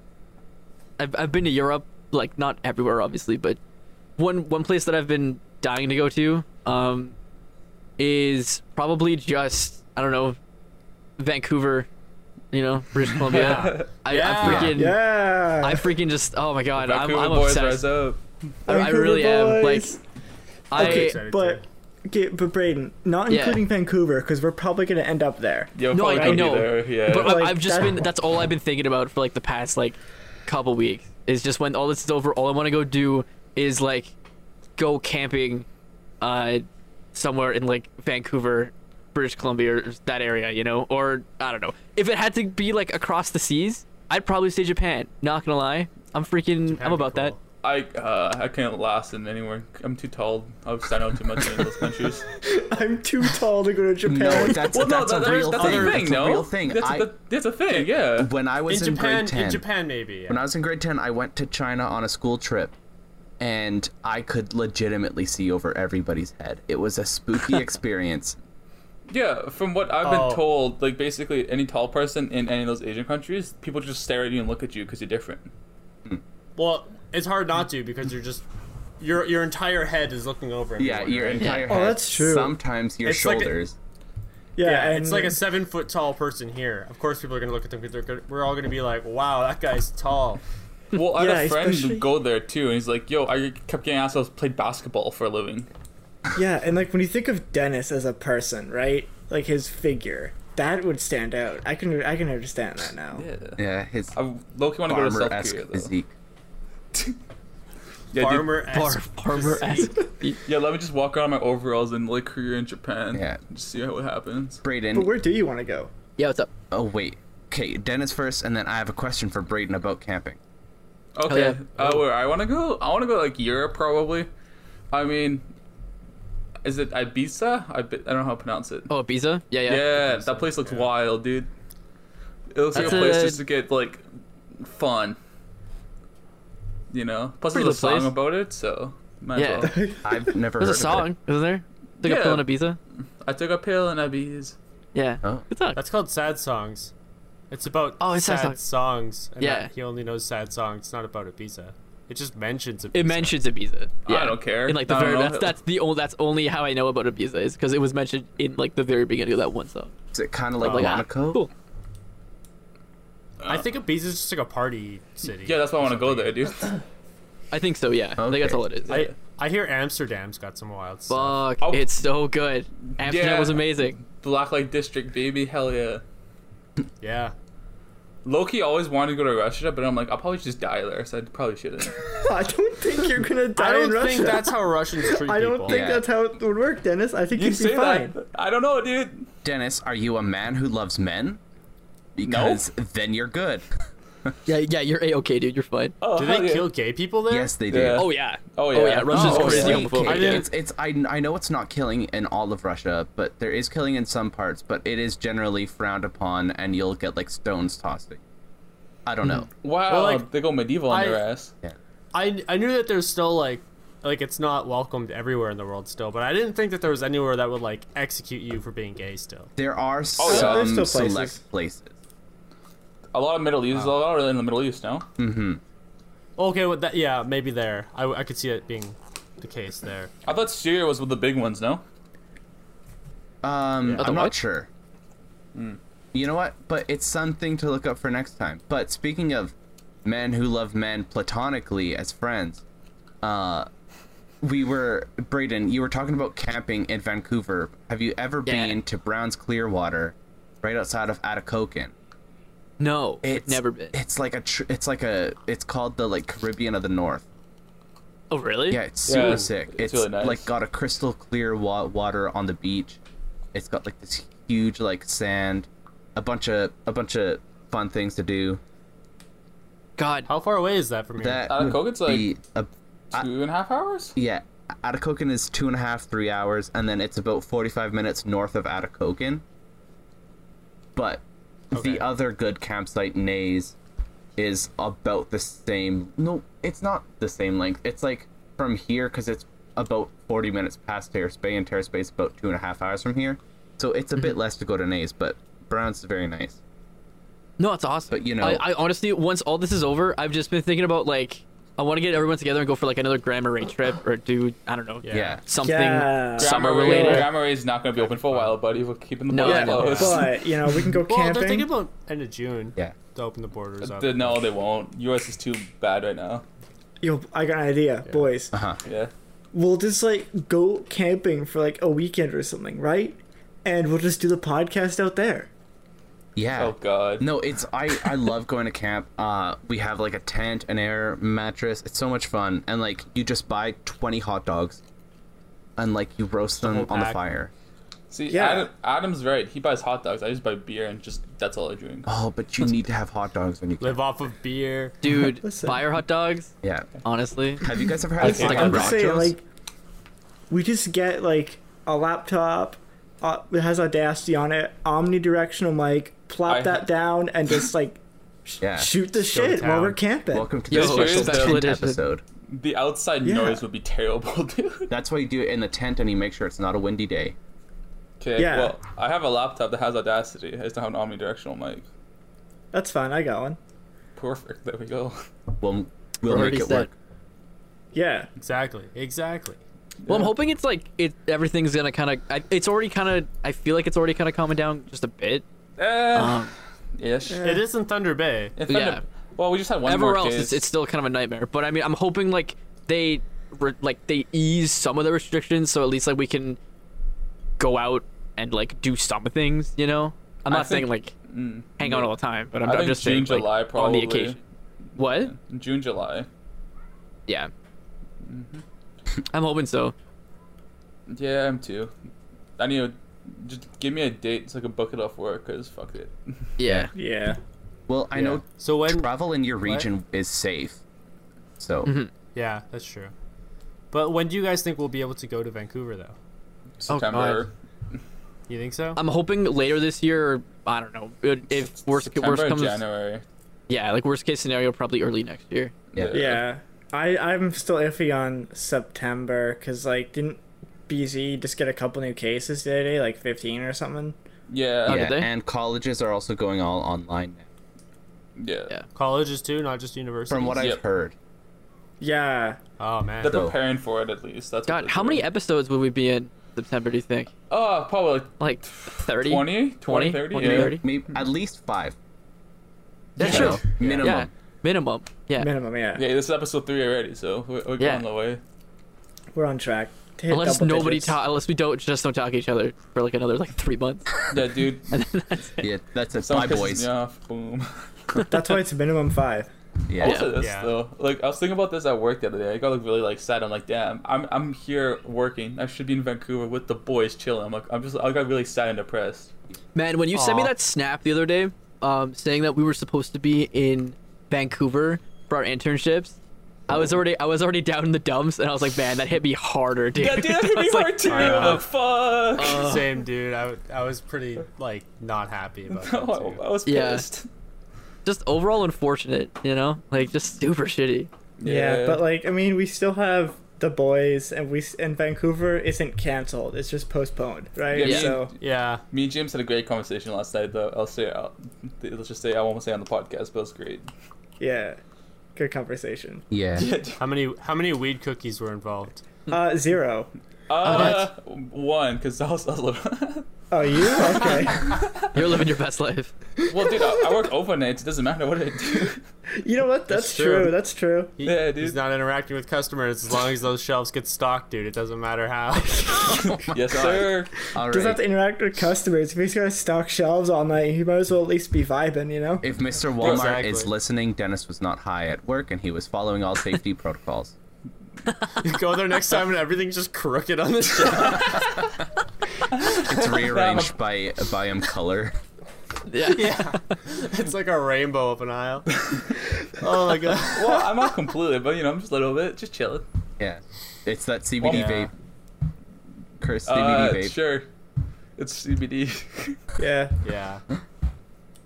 Speaker 2: I've I've been to Europe like not everywhere obviously, but one one place that I've been dying to go to um is probably just I don't know Vancouver, you know British
Speaker 5: [laughs]
Speaker 2: Columbia. I,
Speaker 5: Yeah.
Speaker 2: I freaking
Speaker 1: yeah.
Speaker 2: I freaking just oh my god, I'm,
Speaker 3: Vancouver
Speaker 2: I'm
Speaker 3: boys
Speaker 2: obsessed.
Speaker 3: rise up.
Speaker 2: I, I
Speaker 1: Vancouver
Speaker 2: really am. Like
Speaker 1: boys.
Speaker 2: I
Speaker 1: Okay,
Speaker 5: Excited
Speaker 1: but
Speaker 5: too.
Speaker 1: okay, but Braden, not
Speaker 2: Yeah.
Speaker 1: including Vancouver, because we're probably gonna end up
Speaker 5: [laughs]
Speaker 1: there.
Speaker 3: Yeah, we'll
Speaker 2: no, I,
Speaker 3: probably
Speaker 2: I
Speaker 3: go
Speaker 2: know,
Speaker 3: there, Yeah.
Speaker 2: but I,
Speaker 1: Like,
Speaker 2: I've just
Speaker 1: that-
Speaker 2: been that's all I've been thinking about for like the past like couple weeks is just when all this is over, all I want to go do is like go camping, uh, somewhere in like Vancouver, British Columbia, or that area, you know, or I don't know. If it had to be like across the seas, I'd probably say Japan. Not gonna lie, I'm freaking,
Speaker 5: That'd
Speaker 2: I'm
Speaker 5: be
Speaker 2: about that.
Speaker 5: cool.
Speaker 3: I uh, I can't last in anywhere. I'm too tall. I stand out too much in those
Speaker 4: [laughs]
Speaker 3: countries.
Speaker 1: I'm too tall to go to Japan.
Speaker 4: No, that's,
Speaker 3: Well,
Speaker 4: that's
Speaker 3: no,
Speaker 4: a
Speaker 3: that-
Speaker 4: real
Speaker 3: that's
Speaker 4: thing.
Speaker 3: a thing.
Speaker 4: that's
Speaker 3: no,
Speaker 4: a real thing.
Speaker 3: That's,
Speaker 4: I,
Speaker 3: a, that's a thing. Yeah.
Speaker 4: when I was
Speaker 5: In
Speaker 4: in,
Speaker 5: Japan,
Speaker 4: grade 10,
Speaker 5: in Japan, maybe. Yeah.
Speaker 4: when I was in grade 10, I went to China on a school trip and I could legitimately see over everybody's head. It was
Speaker 2: [laughs]
Speaker 4: a spooky experience.
Speaker 3: Yeah, from what I've been
Speaker 5: Oh.
Speaker 3: told, like basically any tall person in any of those Asian countries, people just stare at you and look at you because you're different.
Speaker 5: Well, it's hard not to because you're just your your entire head is looking over.
Speaker 4: Yeah,
Speaker 5: everyone,
Speaker 4: your
Speaker 5: right?
Speaker 4: entire
Speaker 1: Oh,
Speaker 4: head.
Speaker 1: that's true.
Speaker 4: Sometimes your
Speaker 5: It's like a-
Speaker 4: shoulders.
Speaker 1: yeah,
Speaker 5: Yeah,
Speaker 1: and
Speaker 5: it's like a seven foot tall person here. Of course, people are gonna look at them because gonna, we're all gonna be like, "Wow, that guy's tall."
Speaker 3: Well, I had
Speaker 1: Yeah,
Speaker 3: a friend
Speaker 1: especially-
Speaker 3: who go there too, and he's like, "Yo, I kept getting asked if I was played basketball for a living."
Speaker 1: yeah, and like when you think of Dennis as a person, right? Like his figure, that would stand out. I can I can understand that now.
Speaker 3: Yeah,
Speaker 4: yeah, his
Speaker 3: I Loki want to go to
Speaker 4: farmer
Speaker 3: South
Speaker 4: esque
Speaker 3: Korea though.
Speaker 4: physique.
Speaker 3: Yeah, dude.
Speaker 5: Farmer
Speaker 2: Bar,
Speaker 5: esque.
Speaker 2: [laughs] farmer esque.
Speaker 3: yeah, let me just walk around my overalls in like Korea and Japan.
Speaker 4: Yeah.
Speaker 3: and just see how it happens.
Speaker 1: But
Speaker 4: Brayden.
Speaker 1: where do you want to go? [laughs]
Speaker 2: Yeah, what's up?
Speaker 4: Oh, wait. Okay, Dennis first, and then I have a question for Brayden about camping.
Speaker 3: Okay,
Speaker 2: yeah.
Speaker 3: uh, where I want to go, I want to go like Europe probably. I mean, is it Ibiza? I, bi- I don't know how to pronounce it.
Speaker 2: Oh, Ibiza? Yeah, yeah.
Speaker 3: Yeah, that place looks wild, dude. It looks like
Speaker 2: That's
Speaker 3: a place
Speaker 2: a-
Speaker 3: just to get like fun. You know. Plus,
Speaker 2: Pretty
Speaker 3: there's a
Speaker 2: good
Speaker 3: song
Speaker 2: place.
Speaker 3: about it, so might
Speaker 2: Yeah.
Speaker 3: as well.
Speaker 2: [laughs]
Speaker 4: I've never
Speaker 2: There's a
Speaker 4: heard
Speaker 2: song, isn't there? Like a
Speaker 3: Yeah.
Speaker 2: pill in Ibiza?
Speaker 3: I took a pill and I bees.
Speaker 2: Yeah.
Speaker 4: Oh.
Speaker 2: Good song.
Speaker 5: That's called sad songs. It's about
Speaker 2: Oh, it's sad
Speaker 5: sad, songs. And
Speaker 2: Yeah.
Speaker 5: that he only knows sad songs. It's not about Ibiza. It just mentions Ibiza.
Speaker 2: It mentions Ibiza. Yeah.
Speaker 3: don't care.
Speaker 2: In like the
Speaker 3: I don't
Speaker 2: very
Speaker 3: know.
Speaker 2: that's, that's the only that's only how I know about Ibiza is because it was mentioned in like the very beginning of that one song.
Speaker 4: Is it kind of like
Speaker 2: Like, ah,
Speaker 4: Monaco?
Speaker 2: cool.
Speaker 5: I think Ibiza is just like a party city.
Speaker 3: it. Yeah, that's why I want to go there, dude. [laughs]
Speaker 2: I think so. Yeah. I think that's
Speaker 4: Okay.
Speaker 2: all it is.
Speaker 5: I I hear Amsterdam's got some wild stuff.
Speaker 2: Fuck,
Speaker 3: Oh.
Speaker 2: it's so good. Amsterdam
Speaker 3: Yeah.
Speaker 2: was amazing.
Speaker 3: Blacklight District, baby, hell yeah.
Speaker 5: Yeah.
Speaker 3: Loki always wanted to go to Russia, but I'm like, I'll probably just die there, so I probably
Speaker 1: [laughs]
Speaker 3: shouldn't.
Speaker 1: I don't think you're gonna die
Speaker 5: I don't
Speaker 1: in
Speaker 5: think
Speaker 1: Russia.
Speaker 5: that's how Russians
Speaker 1: [laughs]
Speaker 5: treat
Speaker 1: I don't
Speaker 5: people.
Speaker 1: think
Speaker 4: Yeah.
Speaker 1: that's how it would work, Dennis. I think
Speaker 3: you
Speaker 1: would be
Speaker 3: say
Speaker 1: fine.
Speaker 3: that? I don't know, dude.
Speaker 4: Dennis, are you a man who loves men? Because then you're good.
Speaker 2: Yeah, yeah, you're a okay, dude. You're fine.
Speaker 3: Oh,
Speaker 5: Do
Speaker 3: hell
Speaker 5: they
Speaker 3: yeah.
Speaker 5: kill gay people there?
Speaker 4: Yes, they do.
Speaker 3: Yeah.
Speaker 2: Oh yeah.
Speaker 3: Oh,
Speaker 2: Oh
Speaker 3: yeah.
Speaker 2: yeah. Russia's
Speaker 3: Oh,
Speaker 2: crazy
Speaker 3: yeah.
Speaker 2: homophobic.
Speaker 5: I
Speaker 4: Okay,
Speaker 5: didn't-
Speaker 4: It's, it's, I, I know it's not killing in all of Russia, but there is killing in some parts, but it is generally frowned upon, and you'll get like stones tossed at you. I don't know.
Speaker 1: Hmm.
Speaker 3: Wow,
Speaker 5: Well, like,
Speaker 3: they go medieval on
Speaker 5: I-
Speaker 3: their ass.
Speaker 5: I, I knew that there's still like like it's not welcomed everywhere in the world still, but I didn't think that there was anywhere that would like execute you for being gay still.
Speaker 4: There are
Speaker 3: yeah.
Speaker 4: some
Speaker 1: Oh, There's still
Speaker 4: select
Speaker 1: places.
Speaker 4: places.
Speaker 3: A lot of Middle East, a lot of in the Middle East now.
Speaker 5: Okay, well, that yeah, maybe there. I, I could see it being the case there.
Speaker 3: I thought Syria was with the big ones, no?
Speaker 4: Um,
Speaker 2: Other
Speaker 4: I'm not
Speaker 2: what?
Speaker 4: sure. Mm. You know what? But it's something to look up for next time. But speaking of men who love men platonically as friends, uh, we were Braden. You were talking about camping in Vancouver. Have you ever
Speaker 2: Yeah.
Speaker 4: been to Brown's Clearwater, right outside of Atacocan?
Speaker 2: No,
Speaker 4: It's
Speaker 2: it's never been.
Speaker 4: It's like a. Tr- it's like a. It's called the like Caribbean of the North.
Speaker 2: Oh really?
Speaker 4: Yeah, it's
Speaker 3: Yeah,
Speaker 4: super
Speaker 3: it's-
Speaker 4: sick.
Speaker 3: it's
Speaker 4: It's,
Speaker 3: really nice.
Speaker 4: like got a crystal clear wa- water on the beach. It's got like this huge like sand, a bunch of a bunch of fun things to do.
Speaker 2: God.
Speaker 5: How far away is that from here?
Speaker 4: That
Speaker 3: Out of
Speaker 1: Hmm.
Speaker 4: would
Speaker 3: Kogan's, Uh, like,
Speaker 4: be a, I-
Speaker 3: Two and a half hours?
Speaker 4: yeah. Atacocan is two and a half, three hours, and then it's about forty-five minutes north of Atacocan. But
Speaker 5: Okay.
Speaker 4: the other good campsite, Nays, is about the same. No, it's not the same length. It's like from here because it's about 40 minutes past Terrace Bay, and Terrace Bay is about two and a half hours from here. So it's a bit less to go to Nays, but Brown's is very nice.
Speaker 2: No, it's awesome.
Speaker 4: But, you know-
Speaker 2: I, I honestly, once all this is over, I've just been thinking about like, I want to get everyone together and go for like another Grand Marais trip or do I don't know,
Speaker 5: Yeah.
Speaker 4: Yeah.
Speaker 2: something
Speaker 1: Yeah.
Speaker 2: summer
Speaker 3: Gamma Ray-
Speaker 2: related.
Speaker 3: Gamma Ray's not going to be open for a while, buddy. We're keeping the
Speaker 2: No,
Speaker 3: borders
Speaker 2: I know.
Speaker 3: closed.
Speaker 1: But you know, we can go
Speaker 5: well,
Speaker 1: camping.
Speaker 5: they're thinking about end of June.
Speaker 4: Yeah.
Speaker 5: To open the borders up.
Speaker 3: The- no, [laughs] they won't. U.S. is too bad right now.
Speaker 1: Yo, I got an idea, boys.
Speaker 4: Uh-huh.
Speaker 3: Yeah.
Speaker 1: We'll just like go camping for like a weekend or something, right? And we'll just do the podcast out there.
Speaker 4: Yeah.
Speaker 3: Oh God.
Speaker 4: No, it's I I love going to camp. Uh, we have like a tent, an air mattress. It's so much fun, and like you just buy twenty hot dogs, and like you roast them
Speaker 5: whole
Speaker 4: on the
Speaker 5: pack.
Speaker 4: fire.
Speaker 3: See,
Speaker 1: Yeah.
Speaker 3: Adam, Adam's right. He buys hot dogs. I just buy beer and just that's all I drink.
Speaker 4: Oh, but you need to have hot dogs when you
Speaker 5: Live off of beer.
Speaker 2: Dude,
Speaker 3: [laughs]
Speaker 1: Listen.
Speaker 2: fire hot dogs.
Speaker 4: Yeah.
Speaker 2: Honestly,
Speaker 4: Have you guys ever had
Speaker 3: Okay.
Speaker 4: like
Speaker 1: I'm just saying,
Speaker 4: nachos?
Speaker 1: like, we just get like a laptop uh, that has Audacity on it, omnidirectional mic, plop
Speaker 3: I-
Speaker 1: that down, and just like sh-
Speaker 4: Yeah.
Speaker 1: shoot the
Speaker 5: to
Speaker 1: shit
Speaker 5: town.
Speaker 1: while we're camping.
Speaker 4: Welcome to
Speaker 2: Yo,
Speaker 4: the special
Speaker 3: here's that
Speaker 4: tent
Speaker 2: edition.
Speaker 4: episode.
Speaker 3: The outside
Speaker 1: Yeah.
Speaker 3: noise would be terrible, [laughs] dude.
Speaker 4: That's why you do it in the tent and you make sure it's not a windy day.
Speaker 3: Okay,
Speaker 1: Yeah.
Speaker 3: well, I have a laptop that has Audacity. I just don't have an omnidirectional mic.
Speaker 1: That's fine. I got one.
Speaker 3: Perfect. There we go. [laughs]
Speaker 4: We'll we'll
Speaker 2: already
Speaker 4: make it
Speaker 2: set.
Speaker 4: work.
Speaker 1: Yeah.
Speaker 5: Exactly. Exactly.
Speaker 2: Well, I'm
Speaker 3: Yeah.
Speaker 2: hoping it's like it. Everything's gonna kind of. It's already kind of. I feel like it's already kind of calming down just a bit.
Speaker 3: Eh,
Speaker 2: Um,
Speaker 3: ish.
Speaker 5: It is in Thunder Bay.
Speaker 3: If I end
Speaker 2: yeah.
Speaker 3: up- Well, we just had one
Speaker 2: everywhere
Speaker 3: more
Speaker 2: else,
Speaker 3: case.
Speaker 2: it's, it's still kind of a nightmare. But I mean, I'm hoping like they re- like they ease some of the restrictions, so at least like we can go out and like do some things. You know, I'm
Speaker 3: I
Speaker 2: not saying
Speaker 3: think-
Speaker 2: like hang out all the time, but I'm,
Speaker 3: Mm, I
Speaker 2: I'm
Speaker 3: think
Speaker 2: just
Speaker 3: June,
Speaker 2: saying like,
Speaker 3: July probably.
Speaker 2: on the occasion. What?
Speaker 3: June, July.
Speaker 2: Yeah.
Speaker 3: Mm-hmm.
Speaker 2: I'm hoping so.
Speaker 3: Yeah, I'm too. I need to just give me a date so I can book it off work. Cause fuck it.
Speaker 2: Oh, Yeah.
Speaker 1: Yeah.
Speaker 4: Well, I know
Speaker 5: So when
Speaker 4: travel in your region is safe. So
Speaker 5: Yeah, that's true. But when do you guys think we'll be able to go to Vancouver though?
Speaker 3: September.
Speaker 5: You think so?
Speaker 4: Um,
Speaker 2: I'm hoping later this year. I don't know. It- If worst
Speaker 3: September,
Speaker 2: worst comes,
Speaker 3: January.
Speaker 2: yeah, like worst case scenario, probably early next year.
Speaker 4: Yeah.
Speaker 1: Yeah. I I'm still iffy on September because like didn't BZ just get a couple new cases the other day, like 15 or something?
Speaker 3: Yeah.
Speaker 2: did
Speaker 4: yeah,
Speaker 2: they?
Speaker 4: and colleges are also going all online now.
Speaker 3: Yeah.
Speaker 2: Yeah.
Speaker 5: Colleges too, not just universities.
Speaker 4: From what I've
Speaker 3: Yep.
Speaker 4: heard.
Speaker 1: Yeah.
Speaker 5: Oh man.
Speaker 3: They're
Speaker 4: So-
Speaker 3: preparing for it at least. That's what
Speaker 2: God,
Speaker 3: they're
Speaker 2: how many
Speaker 3: doing.
Speaker 2: episodes would we be in September? Do you think?
Speaker 3: Oh, probably like
Speaker 2: Like 30?
Speaker 3: 20, 20, 30.
Speaker 2: 30?
Speaker 3: yeah.
Speaker 2: 30?
Speaker 4: Maybe
Speaker 5: Hmm.
Speaker 4: at least five.
Speaker 2: Yeah,
Speaker 4: You
Speaker 2: sure.
Speaker 4: know, Minimum.
Speaker 2: Yeah, minimum. Yeah.
Speaker 1: Minimum. Yeah.
Speaker 3: Yeah, this is episode three already, so we're, we're
Speaker 2: Yeah.
Speaker 3: going the way.
Speaker 1: We're on track. to hit
Speaker 2: Unless
Speaker 1: double
Speaker 2: nobody
Speaker 1: digits.
Speaker 2: talk, unless we don't just don't talk to each other for like another like three months, [laughs]
Speaker 3: Yeah, dude.
Speaker 2: and then that's it.
Speaker 4: Yeah, that's it. Bye,
Speaker 3: Someone pisses
Speaker 4: boys.
Speaker 3: me off. Boom. [laughs]
Speaker 1: That's why it's a minimum five.
Speaker 4: Yeah.
Speaker 3: Also this
Speaker 5: Yeah.
Speaker 3: though, like I was thinking about this at work the other day. I got like really like sad. I'm like, damn, I'm I'm here working. I should be in Vancouver with the boys chilling. I'm like, I'm just I got really sad and depressed.
Speaker 2: Man, when you sent me
Speaker 5: Aw.
Speaker 2: that snap the other day, um, saying that we were supposed to be in Vancouver for our internships, I was already I was already down in the dumps, and I was like, man, that hit me harder, dude.
Speaker 3: [laughs] Yeah, dude,
Speaker 2: [laughs]
Speaker 3: that hit
Speaker 2: I
Speaker 3: me
Speaker 2: was like,
Speaker 3: hard too.
Speaker 5: I know.
Speaker 3: Like, uh, fuck.
Speaker 5: Same dude. I, w- I was pretty like
Speaker 3: [laughs]
Speaker 5: not happy about that.
Speaker 3: No, uh, I
Speaker 5: Too.
Speaker 3: was
Speaker 2: Yeah.
Speaker 3: pissed.
Speaker 2: just overall unfortunate, you know, like just super shitty.
Speaker 1: Yeah. but like I mean, we still have the boys, and we s- and Vancouver isn't canceled. It's just postponed, right?
Speaker 3: Yeah, me
Speaker 1: So
Speaker 3: and-
Speaker 5: Yeah.
Speaker 3: me and James had a great conversation last night. Though I'll say, I'll, let's just say I won't say on the podcast, but it was great. [laughs]
Speaker 1: yeah, good conversation.
Speaker 4: Yeah.
Speaker 5: How many how many weed cookies were involved?
Speaker 1: Uh, zero.
Speaker 3: Uh, one, because I was, I was little.
Speaker 1: Oh, [laughs] you
Speaker 3: [laughs]
Speaker 1: okay?
Speaker 2: [laughs] You're living your best life.
Speaker 3: well, dude, I, I work overnights. It doesn't matter what I
Speaker 2: [laughs]
Speaker 3: do.
Speaker 1: you know what? That's,
Speaker 5: That's
Speaker 1: true.
Speaker 5: true.
Speaker 1: That's true.
Speaker 5: He-
Speaker 3: Yeah, dude.
Speaker 5: He's not interacting with customers as long as those shelves get stocked, dude. It doesn't matter how.
Speaker 3: [laughs]
Speaker 2: Oh [laughs]
Speaker 3: yes, sir.
Speaker 4: All
Speaker 1: Doesn't have
Speaker 4: right.
Speaker 1: to interact with customers. If he's gonna stock shelves all night, he might as well at least be vibing, you know?
Speaker 4: If Mr. Walmart
Speaker 5: Exactly.
Speaker 4: is listening, Dennis was not high at work and he was following all safety [laughs] protocols.
Speaker 5: you [laughs] go there next time and everything's just crooked on the
Speaker 3: [laughs]
Speaker 5: shelf.
Speaker 4: [laughs]
Speaker 2: [laughs]
Speaker 4: It's rearranged by by um color. [laughs]
Speaker 2: Yeah.
Speaker 5: [laughs] yeah. It's like a rainbow up an aisle. Oh my god.
Speaker 3: Um, Well, I'm not completely, but you know, I'm just a little bit, just chilling.
Speaker 4: Yeah. It's that CBD
Speaker 3: Yeah.
Speaker 4: vape. Cursed CBD
Speaker 3: Uh,
Speaker 4: vape.
Speaker 3: sure. It's CBD.
Speaker 1: Yeah,
Speaker 5: Yeah.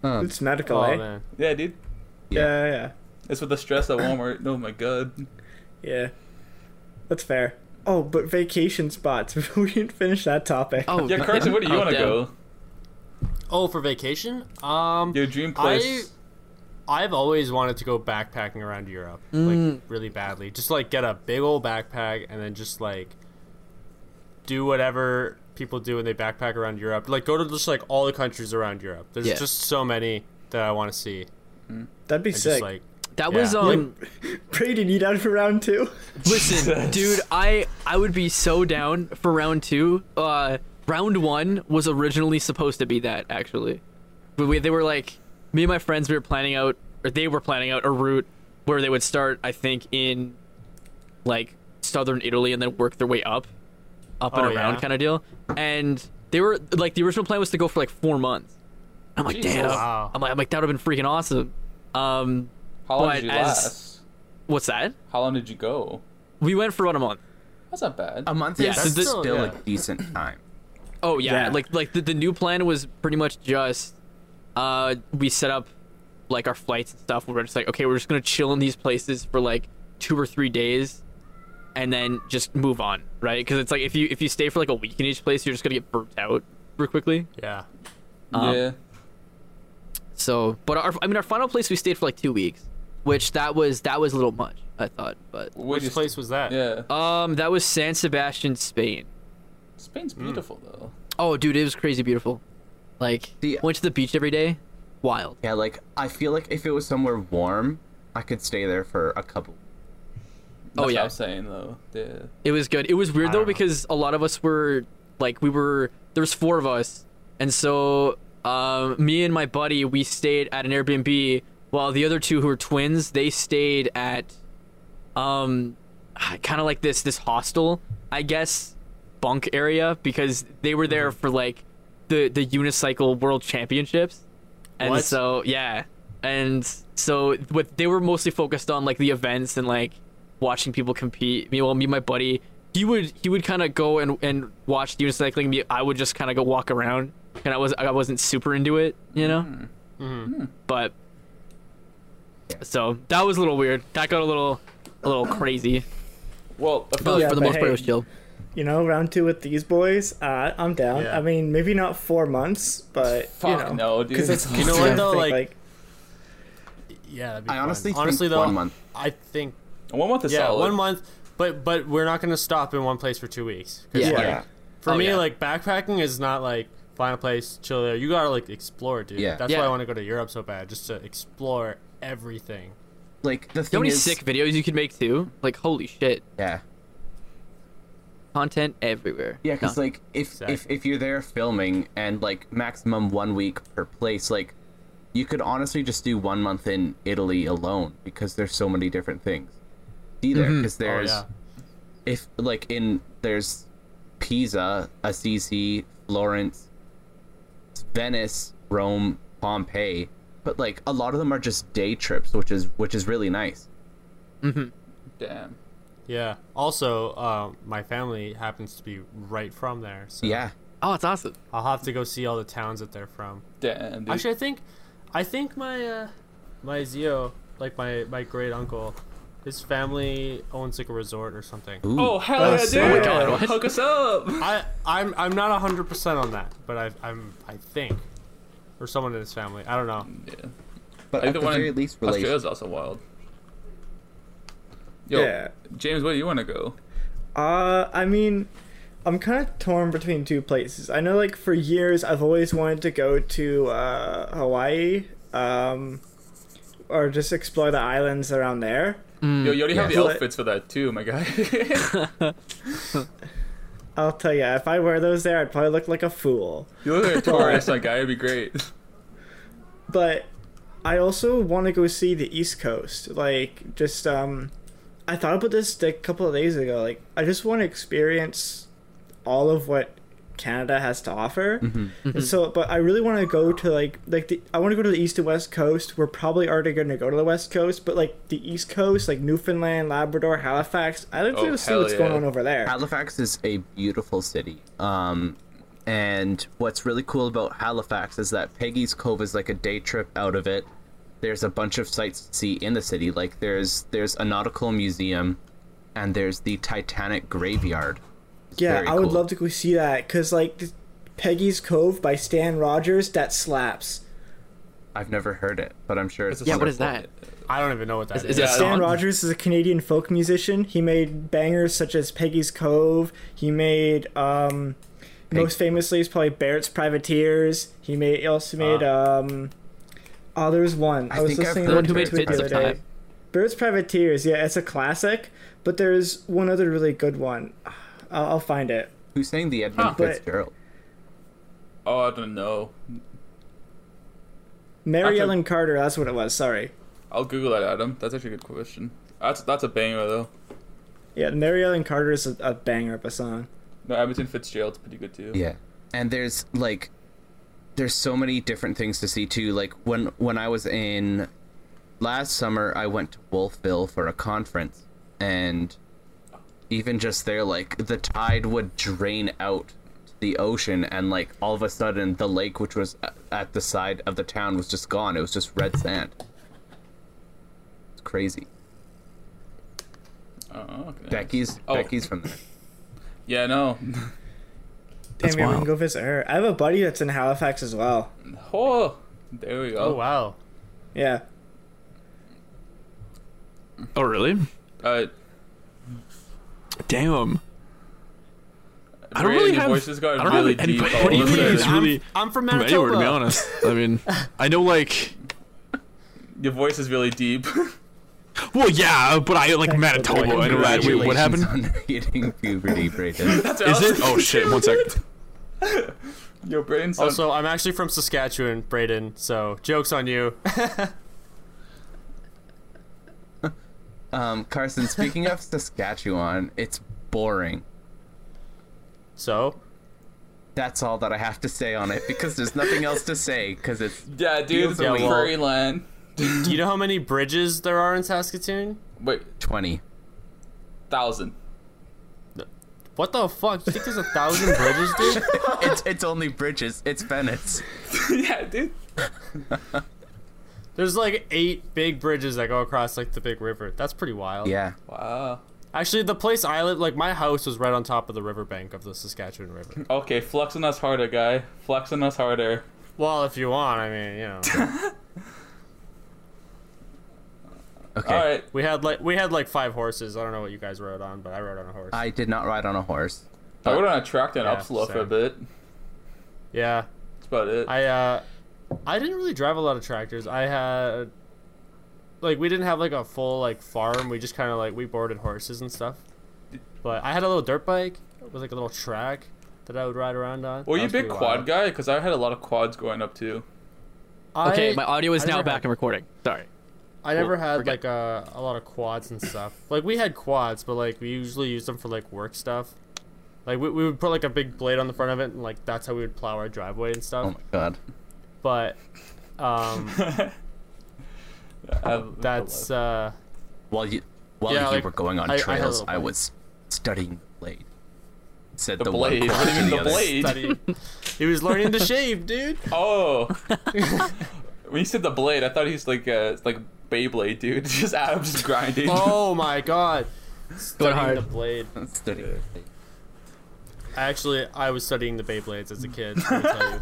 Speaker 4: Um,
Speaker 1: it's medical,
Speaker 5: Oh
Speaker 1: eh?
Speaker 5: man.
Speaker 3: [laughs] yeah, dude.
Speaker 1: Yeah, yeah,
Speaker 3: It's with the stress at Walmart. Oh my god.
Speaker 1: yeah. That's fair. Oh, but vacation spots. [laughs] we didn't finish that topic.
Speaker 2: Oh,
Speaker 3: Yeah, Carson, where do you
Speaker 2: oh,
Speaker 3: want to
Speaker 2: damn.
Speaker 3: go?
Speaker 5: Oh, for vacation? Um.
Speaker 3: Your dream place.
Speaker 5: I've always wanted to go backpacking around Europe, like really badly. Just like get a big old backpack and then just like do whatever people do when they backpack around Europe. Like go to just like all the countries around Europe. There's
Speaker 2: Yeah.
Speaker 5: just so many that I want to see. And
Speaker 1: That'd be
Speaker 5: just
Speaker 1: sick.
Speaker 5: like
Speaker 2: That
Speaker 5: Yeah.
Speaker 2: was um.
Speaker 1: Pray to need out for round two. [laughs]
Speaker 5: [laughs]
Speaker 2: Listen, dude, I I would be so down for round two. Uh, round one was originally supposed to be that actually, but we they were like me and my friends we were planning out or they were planning out a route where they would start I think in like southern Italy and then work their way up, up and
Speaker 5: Oh,
Speaker 2: around
Speaker 5: yeah.
Speaker 2: kind of deal. And they were like the original plan was to go for like four months. I'm like,
Speaker 3: Jesus.
Speaker 2: damn.
Speaker 5: Wow.
Speaker 2: I'm like, I'm like that would have been freaking awesome. Um,
Speaker 3: How long
Speaker 2: But
Speaker 3: did you
Speaker 2: as-
Speaker 3: last?
Speaker 2: what's that?
Speaker 3: How long did you go?
Speaker 2: We went for about a month.
Speaker 3: That's not bad.
Speaker 4: A month
Speaker 2: Yeah,
Speaker 4: is
Speaker 2: so this-
Speaker 4: still
Speaker 5: yeah.
Speaker 4: a decent time.
Speaker 2: Oh yeah,
Speaker 1: Yeah.
Speaker 2: like like the, the new plan was pretty much just uh we set up like our flights and stuff. We were just like, okay, we're just gonna chill in these places for like two or three days, and then just move on, right? Because it's like if you if you stay for like a week in each place, you're just gonna get burnt out real quickly.
Speaker 5: Yeah.
Speaker 2: um,
Speaker 3: yeah.
Speaker 2: So, but our I mean our final place we stayed for like two weeks, which that was that was a little much I thought, but
Speaker 3: Which
Speaker 5: Which place was that?
Speaker 3: Yeah.
Speaker 2: um that was San Sebastian, Spain.
Speaker 3: Spain's beautiful though.
Speaker 2: Oh dude, it was crazy beautiful. Like
Speaker 4: The-
Speaker 2: went to the beach every day, wild.
Speaker 4: Yeah, like I feel like if it was somewhere warm, I could stay there for a couple.
Speaker 2: Oh,
Speaker 3: That's what
Speaker 2: yeah.
Speaker 3: I'm saying though. Yeah.
Speaker 2: It was good. It was weird
Speaker 5: I
Speaker 2: though
Speaker 5: don't know.
Speaker 2: because a lot of us were like we were there was four of us, and so um, me and my buddy we stayed at an Airbnb while the other two who were twins they stayed at um kind of like this this hostel I guess bunk area because they were there for like the the unicycle world championships, and
Speaker 5: What?
Speaker 2: so yeah, and so what they were mostly focused on like the events and like watching people compete. Me, well, me, and my buddy, he would he would kind of go and and watch the unicycling. Me, I would just kind of go walk around, and I was I wasn't super into it, you know. But so that was a little weird. That got a little a little crazy.
Speaker 3: Well, I feel
Speaker 2: But
Speaker 3: like
Speaker 1: Yeah,
Speaker 2: for the
Speaker 1: but
Speaker 2: most part,
Speaker 1: hey,
Speaker 2: it was chill.
Speaker 1: You know, round two with these boys. Uh, I'm down.
Speaker 5: Yeah.
Speaker 1: I mean, maybe not four months, but you
Speaker 3: fuck
Speaker 1: know,
Speaker 3: no, dude.
Speaker 1: 'cause it's
Speaker 5: You know what, though,
Speaker 1: expensive,
Speaker 5: like- Yeah. That'd be
Speaker 4: I
Speaker 5: fun.
Speaker 4: honestly think
Speaker 5: honestly though,
Speaker 4: one month.
Speaker 5: I think
Speaker 3: One month is
Speaker 5: yeah,
Speaker 3: solid.
Speaker 5: one month. But but we're not gonna stop in one place for two weeks. 'Cause,
Speaker 2: Yeah.
Speaker 5: like,
Speaker 4: Yeah.
Speaker 5: For
Speaker 2: Oh,
Speaker 5: me,
Speaker 2: yeah.
Speaker 5: like backpacking is not like find a place, chill there. You gotta like explore, dude.
Speaker 4: Yeah.
Speaker 5: That's
Speaker 2: Yeah.
Speaker 5: why I want to go to Europe so bad, just to explore everything.
Speaker 4: Like the
Speaker 2: So
Speaker 4: thing
Speaker 2: many
Speaker 4: is,
Speaker 2: sick videos you could make too. Like holy shit,
Speaker 4: yeah,
Speaker 2: content everywhere.
Speaker 4: yeah, because
Speaker 2: No.
Speaker 4: like if if
Speaker 5: Exactly.
Speaker 4: if you're there filming and like maximum one week per place, like you could honestly just do one month in Italy alone because there's so many different things. See there because there's
Speaker 5: oh
Speaker 4: if like in there's Pisa, Assisi, Florence, Venice, Rome, Pompeii, but like a lot of them are just day trips, which is which is really nice.
Speaker 3: Damn.
Speaker 5: yeah, yeah. Also, uh, my family happens to be right from there, so
Speaker 4: Yeah,
Speaker 2: oh, it's awesome.
Speaker 5: I'll have to go see all the towns that they're from.
Speaker 3: Damn. Dude.
Speaker 5: Actually, I think, I think my uh, my Zio, like my my great uncle, his family owns like a resort or something.
Speaker 3: oh hell
Speaker 1: Oh,
Speaker 3: yeah, dude!
Speaker 1: sick. Oh my
Speaker 2: God, what?
Speaker 3: Hook us up.
Speaker 5: I I'm I'm not hundred percent on that, but I I'm I think, or someone in his family. I don't know.
Speaker 3: Yeah.
Speaker 4: but
Speaker 3: Like
Speaker 4: at the very
Speaker 3: in
Speaker 4: least, relations.
Speaker 3: Australia's also wild. Yo,
Speaker 1: Yeah.
Speaker 3: James, where do you want to go?
Speaker 1: Uh, I mean, I'm kind of torn between two places. I know, like, for years, I've always wanted to go to uh, Hawaii, um, or just explore the islands around there.
Speaker 3: Yo, you already have the
Speaker 4: Yeah.
Speaker 1: Well, I-
Speaker 3: outfits for that too, my [laughs] guy.
Speaker 1: I'll tell you, if I wear those there, I'd probably look like a fool.
Speaker 3: you look like a tourist, my guy. It'd be [laughs] great.
Speaker 1: But I also want to go see the East Coast. Like, just, um, I thought about this a couple of days ago. Like, I just want to experience all of what Canada has to offer. And so, but I really want to go to like like the I want to go to the east and west coast. We're probably already going to go to the west coast, but like the east coast, like Newfoundland, Labrador, Halifax. I'd like
Speaker 3: Oh,
Speaker 1: to see
Speaker 3: hell
Speaker 1: what's going
Speaker 3: yeah.
Speaker 1: on over there.
Speaker 4: Halifax is a beautiful city. Um, and what's really cool about Halifax is that Peggy's Cove is like a day trip out of it. There's a bunch of sights to see in the city. Like there's there's a nautical museum, and there's the Titanic graveyard. It's
Speaker 1: yeah,
Speaker 4: very
Speaker 1: I would
Speaker 4: cool.
Speaker 1: love to go see that because like the- Peggy's Cove by Stan Rogers, that slaps.
Speaker 4: I've never heard it, but I'm sure it's
Speaker 2: Yeah, what is
Speaker 4: wonderful.
Speaker 2: that?
Speaker 5: I don't even know what that is.
Speaker 2: Is
Speaker 3: Yeah,
Speaker 2: it
Speaker 1: Stan
Speaker 2: song?
Speaker 1: Rogers is a Canadian folk musician. He made bangers such as Peggy's Cove. He made um, most famously is probably Barrett's Privateers. He made he also made um, oh, there's one I,
Speaker 4: Ah. I
Speaker 1: was
Speaker 4: think I've
Speaker 1: listening
Speaker 4: heard
Speaker 1: to
Speaker 4: One who
Speaker 1: it
Speaker 4: made
Speaker 1: the
Speaker 4: Fits
Speaker 1: other
Speaker 4: of
Speaker 1: day.
Speaker 2: Time.
Speaker 1: Barrett's Privateers, yeah, it's a classic. But there's one other really good one. [sighs] I'll, I'll find it.
Speaker 4: Who sang the Edmund
Speaker 3: Huh.
Speaker 1: But-
Speaker 4: Fitzgerald?
Speaker 3: Oh, I don't know.
Speaker 1: Mary
Speaker 3: That's a-
Speaker 1: Ellen Carter, that's what it was. Sorry.
Speaker 3: I'll Google that, Adam. That's actually a good question. That's that's a banger though.
Speaker 1: Yeah, Mary Ellen Carter is a, a banger of a song.
Speaker 3: No, Edmonton Fitzgerald's pretty good too.
Speaker 4: Yeah. And there's like there's so many different things to see too. Like when when I was in last summer I went to Wolfville for a conference and even just there like the tide would drain out to the ocean and like all of a sudden the lake which was a- at the side of the town was just gone. It was just red sand. It's crazy.
Speaker 3: Oh, okay.
Speaker 4: Becky's
Speaker 3: Oh.
Speaker 4: Becky's from there.
Speaker 3: Yeah, no.
Speaker 1: Damn,
Speaker 2: That's
Speaker 1: yeah, we can
Speaker 2: wild.
Speaker 1: go visit her. I have a buddy that's in Halifax as well.
Speaker 3: Oh, there we go.
Speaker 5: Oh wow.
Speaker 1: Yeah.
Speaker 2: Oh really?
Speaker 3: Uh,
Speaker 2: Damn. I don't
Speaker 3: Brandon,
Speaker 2: really
Speaker 3: your
Speaker 2: have-
Speaker 3: voices got
Speaker 2: I don't
Speaker 3: really
Speaker 2: have
Speaker 3: deep.
Speaker 2: anybody-
Speaker 3: all
Speaker 2: what do you
Speaker 3: of a
Speaker 2: mean?
Speaker 5: Jeez,
Speaker 2: It's
Speaker 3: sudden.
Speaker 5: I'm,
Speaker 2: really-
Speaker 5: I'm from
Speaker 2: From
Speaker 5: Manitoba.
Speaker 2: anywhere, to be honest. I mean, I know like,
Speaker 3: Your voice is really deep. [laughs]
Speaker 2: well, yeah, but I like Manitoba. I know that. Wait, what
Speaker 4: Congratulations
Speaker 2: happened?
Speaker 4: On [laughs] hitting puberty, Brayden.
Speaker 3: That's
Speaker 2: Is
Speaker 3: awesome.
Speaker 2: it? Oh shit! One sec.
Speaker 3: [laughs] Your brain sounds.
Speaker 5: Also, I'm actually from Saskatchewan, Braden. So jokes on you. [laughs]
Speaker 4: Um, Carson, speaking of Saskatchewan, it's boring.
Speaker 5: so
Speaker 4: That's all that I have to say on it because there's nothing else to say because it's
Speaker 3: yeah, dude, it's a
Speaker 4: Yeah, well-
Speaker 3: prairie land.
Speaker 5: do you know how many bridges there are in Saskatoon?
Speaker 3: Wait,
Speaker 4: 20.
Speaker 3: thousand. [laughs]
Speaker 5: What the fuck? You think there's a
Speaker 2: [laughs]
Speaker 5: thousand bridges, dude?
Speaker 4: It's it's only bridges. It's Venice.
Speaker 3: yeah, dude.
Speaker 5: There's like eight big bridges that go across like the big river. That's pretty wild.
Speaker 4: Yeah.
Speaker 3: Wow.
Speaker 5: Actually, the place I live, like my house, was right on top of the riverbank of the Saskatchewan River.
Speaker 3: Okay, flexing us harder, guy. Flexing us harder.
Speaker 5: well, if you want, I mean, you know,
Speaker 4: Okay.
Speaker 3: All right.
Speaker 5: we had like we had like five horses. I don't know what you guys rode on, but I rode on a horse.
Speaker 4: I did not ride on a horse.
Speaker 3: I went on a track down
Speaker 5: Yeah,
Speaker 3: upslope for a
Speaker 5: same.
Speaker 3: bit.
Speaker 5: yeah,
Speaker 3: That's about it.
Speaker 5: I uh, I didn't really drive a lot of tractors. I had like we didn't have like a full like farm. We just kind of like we boarded horses and stuff. But I had a little dirt bike with like a little track that I would ride around on.
Speaker 3: Were you a
Speaker 5: That was
Speaker 3: big
Speaker 5: pretty
Speaker 3: quad
Speaker 5: wild.
Speaker 3: guy? Because I had a lot of quads growing up too.
Speaker 2: Okay,
Speaker 5: I-
Speaker 2: my audio is
Speaker 5: I
Speaker 2: now
Speaker 5: never
Speaker 2: back
Speaker 5: had-
Speaker 2: and recording. Sorry.
Speaker 5: I never
Speaker 2: Cool.
Speaker 5: had
Speaker 2: Forget-
Speaker 5: like a, a lot of quads and stuff. Like we had quads, but like we usually used them for like work stuff. Like we, we would put like a big blade on the front of it, and like that's how we would plow our driveway and
Speaker 4: Oh
Speaker 5: stuff.
Speaker 4: my god.
Speaker 5: but
Speaker 2: [laughs]
Speaker 5: um,
Speaker 3: I lived a
Speaker 5: that's
Speaker 3: life.
Speaker 5: uh,
Speaker 4: While you while
Speaker 5: Yeah,
Speaker 4: you
Speaker 5: like,
Speaker 4: were going on
Speaker 5: I- I had a
Speaker 4: trails,
Speaker 5: little
Speaker 4: I,
Speaker 5: blade.
Speaker 4: was studying the blade. Said
Speaker 3: the,
Speaker 4: the, one
Speaker 3: blade. What
Speaker 4: close
Speaker 3: do you
Speaker 4: to
Speaker 3: mean the
Speaker 4: other.
Speaker 3: blade?
Speaker 5: study. he was learning to shave, dude.
Speaker 2: [laughs]
Speaker 3: Oh. when you said the blade, I thought he was like uh, it's like Beyblade, dude. [laughs] Just Adam just grinding.
Speaker 5: [laughs] Oh my god, studying
Speaker 2: hard.
Speaker 5: the blade.
Speaker 4: Studying the [laughs] blade.
Speaker 5: Actually, I was studying the Beyblades as a kid. Let me [laughs] tell you.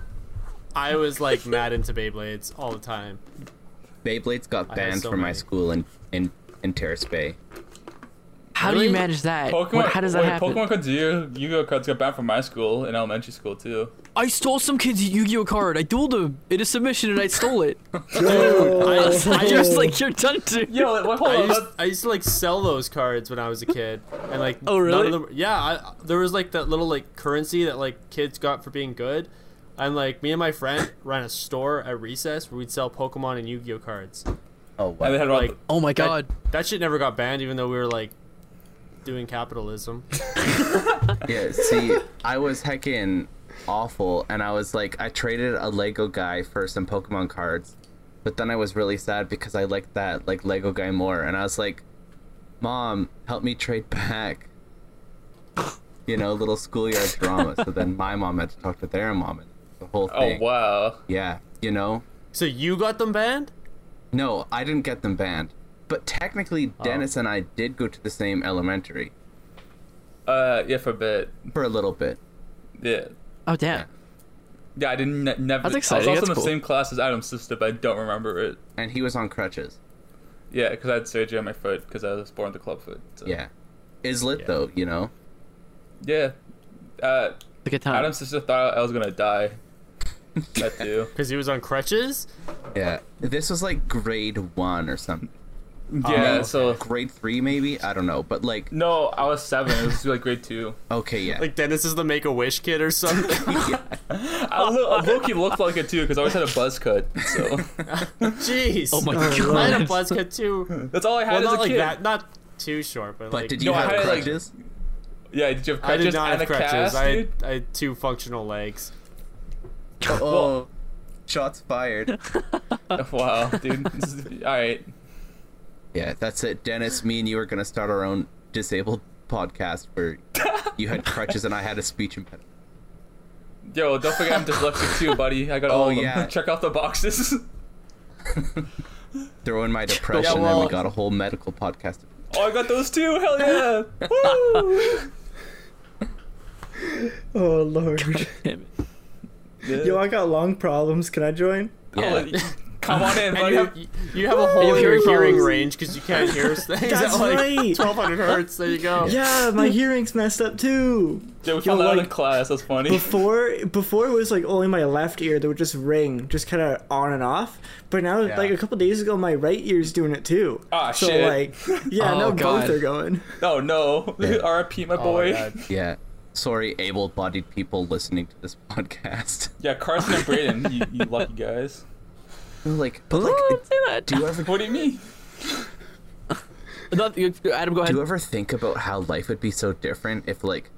Speaker 5: I was like mad into Beyblades all the time.
Speaker 4: Beyblades got
Speaker 5: had
Speaker 4: banned
Speaker 5: so
Speaker 4: from my
Speaker 5: many.
Speaker 4: school in in in Terrace Bay.
Speaker 2: How do you
Speaker 5: Really?
Speaker 2: manage that?
Speaker 3: Pokemon,
Speaker 2: What- how does that
Speaker 3: wait,
Speaker 2: happen?
Speaker 3: Pokemon cards, Yu Yu Gi Oh cards got banned from my school in elementary school too.
Speaker 2: I stole some kid's Yu-Gi-Oh card. I dueled him in a submission and I stole it.
Speaker 1: Dude,
Speaker 2: I was like, you're done, dude.
Speaker 3: Yo, like, wait, hold
Speaker 5: [laughs] I
Speaker 3: on.
Speaker 5: used,
Speaker 3: let-
Speaker 5: I used to like sell those cards when I was a kid, and like
Speaker 2: Oh, really?
Speaker 5: None of them, yeah, I, there was like that little like currency that like kids got for being good, and like me and my friend [coughs] ran a store at recess where we'd sell Pokemon and Yu-Gi-Oh cards.
Speaker 4: Oh
Speaker 3: and they
Speaker 4: wow.
Speaker 3: had
Speaker 5: Like
Speaker 3: like,
Speaker 2: Oh my
Speaker 5: that,
Speaker 2: god.
Speaker 5: that shit never got banned, even though we were like doing capitalism.
Speaker 4: Yeah, see, I was heckin' awful, and I was like, I traded a Lego guy for some Pokemon cards, but then I was really sad because I liked that like Lego guy more, and I was like, Mom, help me trade back. You know, little schoolyard drama. so then my mom had to talk to their mom, and the whole
Speaker 3: oh
Speaker 4: thing.
Speaker 3: wow.
Speaker 4: Yeah, you know.
Speaker 5: So you got them banned?
Speaker 4: No, I didn't get them banned, but technically Dennis and I did go to the same elementary
Speaker 3: Uh, yeah, for a bit.
Speaker 4: for a little bit.
Speaker 3: Yeah.
Speaker 2: Oh damn.
Speaker 3: Yeah, I didn't ne- never.
Speaker 2: That's exciting,
Speaker 3: I was also
Speaker 2: that's
Speaker 3: in the
Speaker 2: cool.
Speaker 3: same class as Adam's sister, but I don't remember it.
Speaker 4: and he was on crutches.
Speaker 3: Yeah, because I had surgery on my foot because I was born with a club foot. So.
Speaker 4: Yeah, is lit though, you know.
Speaker 3: Yeah. Uh,
Speaker 2: It's a good time.
Speaker 3: Adam's sister thought I was gonna die.
Speaker 2: [laughs]
Speaker 3: That too.
Speaker 5: Because he was on crutches.
Speaker 4: Yeah, this was like grade one or something.
Speaker 3: Yeah.
Speaker 5: Oh.
Speaker 3: So
Speaker 4: Grade three, maybe. I don't know, but like,
Speaker 3: no, I was seven. It was like grade two.
Speaker 4: okay, yeah,
Speaker 5: Like Dennis is the Make-A-Wish kid or something.
Speaker 3: I lo- Loki looked like it too because I always had a buzz cut.
Speaker 4: [laughs]
Speaker 3: So [laughs]
Speaker 5: Jeez.
Speaker 2: oh my
Speaker 5: I
Speaker 2: god.
Speaker 5: had a buzz cut too.
Speaker 3: that's all I had
Speaker 5: Well,
Speaker 3: as
Speaker 5: not
Speaker 3: a
Speaker 5: like
Speaker 3: kid.
Speaker 5: that. Not too short, but,
Speaker 4: but
Speaker 5: like
Speaker 4: did you
Speaker 3: No, I
Speaker 4: have
Speaker 3: had, like-
Speaker 4: crutches?
Speaker 3: Yeah, did you have
Speaker 5: I
Speaker 3: crutches
Speaker 5: did not
Speaker 3: and a
Speaker 5: have crutches.
Speaker 3: cast,
Speaker 5: I had,
Speaker 3: dude? [laughs]
Speaker 5: I had two functional legs.
Speaker 4: Oh, shots fired.
Speaker 3: wow, dude. This is- All right.
Speaker 4: Yeah, that's it, Dennis. Me and you are gonna start our own disabled podcast
Speaker 3: [laughs]
Speaker 4: where you had crutches and I had a speech impediment.
Speaker 3: Yo, don't forget I'm dyslexic too, buddy. I got all
Speaker 4: Oh,
Speaker 3: of them.
Speaker 4: yeah.
Speaker 3: Check off the boxes. [laughs]
Speaker 4: Throw in my depression, and
Speaker 3: well-
Speaker 4: we got a whole medical podcast.
Speaker 3: Oh, I got those too. Hell
Speaker 5: [laughs]
Speaker 3: yeah. Woo!
Speaker 1: Oh lord.
Speaker 2: Damn it.
Speaker 1: [laughs]
Speaker 3: Yeah.
Speaker 1: Yo, I got lung problems. Can I join?
Speaker 3: Oh,
Speaker 4: Yeah.
Speaker 3: [laughs] come on in,
Speaker 5: And
Speaker 3: buddy.
Speaker 5: you have, you have a hole in your
Speaker 2: hearing
Speaker 5: hearing
Speaker 2: problems.
Speaker 5: range because you can't hear things
Speaker 1: That's
Speaker 5: at like [laughs]
Speaker 1: right. [laughs]
Speaker 5: 1200 hertz. There you go.
Speaker 1: Yeah, [laughs] my hearing's messed up too.
Speaker 3: Yeah, we
Speaker 1: Yo,
Speaker 3: found that out in
Speaker 1: like-
Speaker 3: class. That's funny.
Speaker 1: Before, before it was like only my left ear that would just ring, just kind of on and off. But now,
Speaker 4: Yeah.
Speaker 1: like a couple days ago, my right ear's doing it too.
Speaker 3: Ah,
Speaker 1: so
Speaker 3: shit.
Speaker 1: like, [laughs] yeah,
Speaker 2: Oh,
Speaker 1: now
Speaker 2: God.
Speaker 1: both are going.
Speaker 3: Oh [laughs] no. [laughs]
Speaker 4: Yeah.
Speaker 3: R.I.P.
Speaker 5: Oh,
Speaker 3: Oh my boy.
Speaker 4: Yeah. Sorry, able-bodied people listening to this [laughs] podcast.
Speaker 3: yeah, Carson and Braden, you, you lucky guys.
Speaker 4: like, but like,
Speaker 2: Oh, don't say that.
Speaker 4: do you ever
Speaker 3: What do you mean?
Speaker 2: No, you- Adam, go ahead.
Speaker 4: do you ever think about how life would be so different if like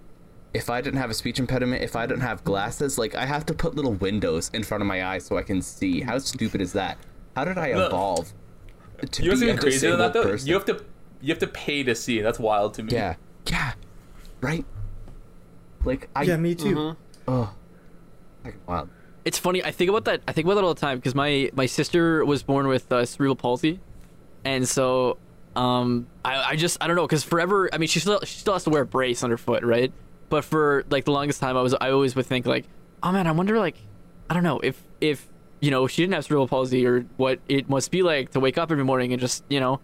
Speaker 4: if I didn't have a speech impediment, if I didn't have glasses, like I have to put little windows in front of my eyes so I can see. How stupid is that? How did I
Speaker 3: Look,
Speaker 4: evolve? To
Speaker 3: You know what's
Speaker 4: be a
Speaker 3: even crazier than that though?
Speaker 4: disabled person?
Speaker 3: You have to you have to pay to see. That's wild to me.
Speaker 4: Yeah. Yeah. Right? Like I
Speaker 1: Yeah, me too.
Speaker 4: oh like wild.
Speaker 2: It's funny. I think about that. I think about that all the time because my my sister was born with uh, cerebral palsy, and so um I, I just I don't know because forever I mean she still she still has to wear a brace on her foot right, but for like the longest time I was I always would think like oh man I wonder like I don't know if if you know she didn't have cerebral palsy or what it must be like to wake up every morning and just you know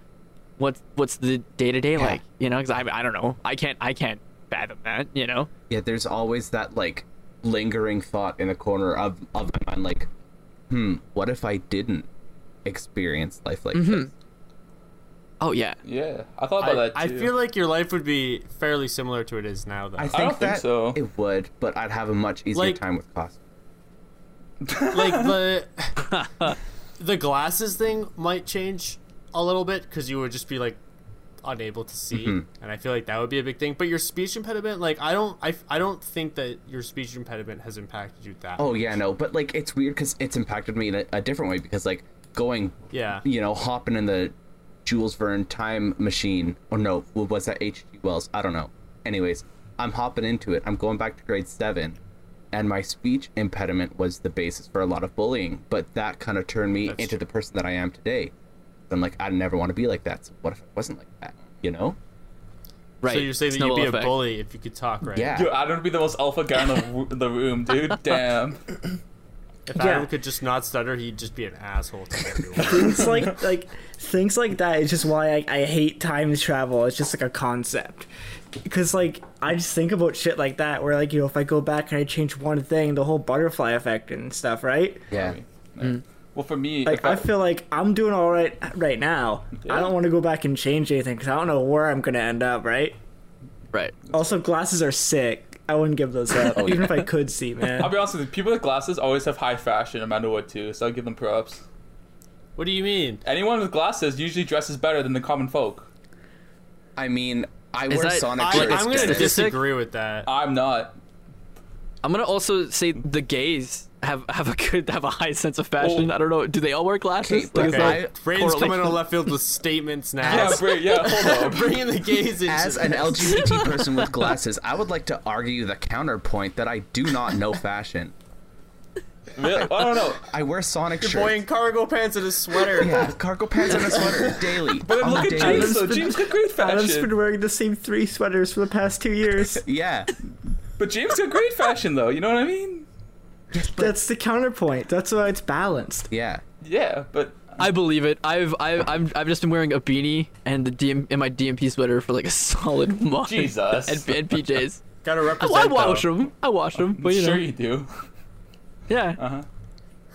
Speaker 2: what what's the day to day like you know because I I don't know I can't I can't fathom that you know
Speaker 4: Yeah, there's always that like lingering thought in the corner of of my mind like, hmm, what if I didn't experience life like this?
Speaker 2: oh yeah
Speaker 3: Yeah. I thought about
Speaker 5: I,
Speaker 3: Oh, that
Speaker 5: I
Speaker 3: too.
Speaker 5: feel like your life would be fairly similar to it is now, though.
Speaker 4: I think
Speaker 3: don't think
Speaker 4: that
Speaker 3: so.
Speaker 4: it would, but I'd have a much easier
Speaker 5: Like-
Speaker 4: time with cost.
Speaker 2: [laughs]
Speaker 5: like the the glasses thing might change a little bit because you would just be like unable to see
Speaker 2: Mm-hmm.
Speaker 5: and i feel like that would be a big thing but your speech impediment like i don't i, I don't think that your speech impediment has impacted you that
Speaker 4: Oh yeah, no, but like it's weird because it's impacted me in a, a different way because like going,
Speaker 5: yeah
Speaker 4: you know, hopping in the Jules Verne time machine or no, what was that H.G. Wells? I don't know. Anyways, I'm hopping into it. I'm going back to grade seven, and my speech impediment was the basis for a lot of bullying. But that kind of turned me
Speaker 5: That's
Speaker 4: into
Speaker 5: true.
Speaker 4: the person that I am today. I'm like, I never want to be like that. So what if I wasn't like that? You know?
Speaker 2: right
Speaker 5: so you're saying that you'd
Speaker 2: Snowball
Speaker 5: be
Speaker 2: effect.
Speaker 5: a bully if you could talk right
Speaker 4: Yeah.
Speaker 3: Dude, Adam would be the most alpha guy in the, w- the room,
Speaker 5: [laughs]
Speaker 3: dude. Damn.
Speaker 5: if
Speaker 1: Yeah.
Speaker 5: adam could just not stutter he'd just be an asshole
Speaker 2: [laughs]
Speaker 5: to everyone
Speaker 1: It's like
Speaker 3: [laughs]
Speaker 1: like things like that is just why I, I hate time travel. It's just like a concept. Because like I just think about shit like that where like you know if I go back and I change one thing, the whole butterfly effect and stuff, right?
Speaker 4: Yeah.
Speaker 3: Well, for me,
Speaker 1: Like
Speaker 3: if I-
Speaker 1: I feel like I'm doing all right right now. I
Speaker 3: Yeah.
Speaker 1: don't want to go back and change anything because I don't know where I'm gonna end up, right?
Speaker 2: right
Speaker 1: Also, glasses are sick. I wouldn't give those
Speaker 3: [laughs]
Speaker 1: up, even if I could see,
Speaker 3: Oh, I'll
Speaker 1: man.
Speaker 3: be honest with you, people with glasses always have high fashion no matter what too, so I'll give them props.
Speaker 5: what do you mean
Speaker 3: Anyone with glasses usually dresses better than the common folk.
Speaker 4: I mean, I
Speaker 2: Is
Speaker 4: wear
Speaker 2: that-
Speaker 4: Sonic
Speaker 5: I,
Speaker 4: shirts.
Speaker 5: i'm gonna
Speaker 4: Dennis.
Speaker 2: statistic? Uh,
Speaker 5: disagree with that
Speaker 3: I'm not.
Speaker 2: I'm gonna also say the gays have have a good have a high sense of fashion.
Speaker 3: Oh.
Speaker 2: I don't know. Do they all wear glasses?
Speaker 4: Okay,
Speaker 2: is
Speaker 4: okay.
Speaker 2: that-
Speaker 4: I-
Speaker 5: Braden's coming
Speaker 2: correlation?
Speaker 5: on left field with statements now
Speaker 3: Yeah, bro, yeah, hold on.
Speaker 5: [laughs] bringing the gays into
Speaker 4: As
Speaker 5: [laughs]
Speaker 4: an LGBT person with glasses, I would like to argue the counterpoint that I do not know fashion.
Speaker 3: Really? I don't know.
Speaker 4: I wear Sonic
Speaker 5: boy in
Speaker 4: shirts.
Speaker 5: cargo pants and a sweater
Speaker 4: Yeah, cargo pants and a
Speaker 5: [laughs]
Speaker 4: sweater daily.
Speaker 3: But then
Speaker 4: on
Speaker 3: look
Speaker 4: the
Speaker 3: at
Speaker 4: daily.
Speaker 3: James, though.
Speaker 1: been-
Speaker 3: James got great
Speaker 1: Adam's
Speaker 3: fashion.
Speaker 1: been wearing the same three sweaters for the past two
Speaker 3: [laughs]
Speaker 1: years.
Speaker 4: Yeah,
Speaker 3: But James got great fashion, though, you know what I mean?
Speaker 1: That's the counterpoint. That's why it's balanced.
Speaker 4: yeah.
Speaker 3: Yeah, but
Speaker 2: I believe it. I've I've I'm, I've just been wearing a beanie and the DM and my DMP sweater for like a [laughs] solid month.
Speaker 3: Jesus.
Speaker 2: And, and
Speaker 5: [laughs]
Speaker 2: PJs.
Speaker 5: Gotta
Speaker 2: I,
Speaker 5: represent.
Speaker 2: I wash
Speaker 5: though.
Speaker 2: them. I wash them. But you know,
Speaker 3: sure you do.
Speaker 2: yeah.
Speaker 3: Uh-huh.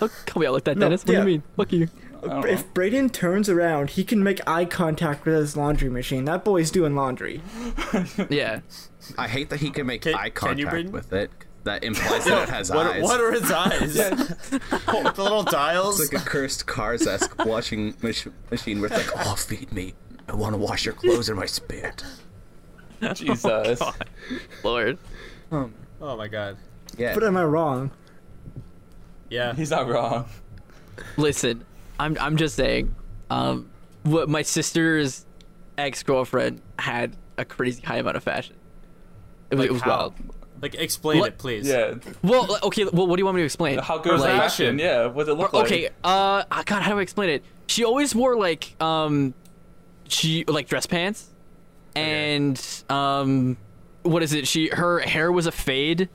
Speaker 2: Look, come here like that,
Speaker 1: No,
Speaker 2: Dennis. What
Speaker 1: yeah.
Speaker 2: do you mean? Look at you.
Speaker 3: I don't know.
Speaker 1: If Brayden turns around, he can make eye contact with his laundry machine. That boy's doing laundry.
Speaker 3: [laughs]
Speaker 2: Yeah.
Speaker 4: I hate that he can make
Speaker 5: Can-
Speaker 4: eye
Speaker 5: can you,
Speaker 4: contact
Speaker 5: Braden?
Speaker 4: with it. That implies that it has
Speaker 5: What,
Speaker 4: eyes.
Speaker 5: what
Speaker 3: [laughs]
Speaker 5: are his eyes? [laughs] the little dials.
Speaker 4: It's like a
Speaker 5: [laughs]
Speaker 4: cursed cars esque washing mach- machine where it's like, oh, feed me. I want to wash your clothes in my spit.
Speaker 3: [laughs] Jesus.
Speaker 2: God. Lord.
Speaker 5: Oh my god.
Speaker 4: Yeah.
Speaker 1: But am I wrong?
Speaker 5: Yeah.
Speaker 3: He's not wrong.
Speaker 2: Listen, I'm I'm just saying, um, what my sister's ex girlfriend had a crazy high amount of fashion. It was, it was
Speaker 5: how?
Speaker 2: wild.
Speaker 5: Like explain
Speaker 2: What?
Speaker 5: it, please.
Speaker 3: Yeah.
Speaker 2: Well, like, okay. Well, what do you want me to explain?
Speaker 3: How good was
Speaker 2: Like-
Speaker 3: the fashion? Yeah. What's it look like?
Speaker 2: Okay. Uh, ah, God, how do I explain it? She always wore like um, she like dress pants, and um, what is it? She her hair was a fade,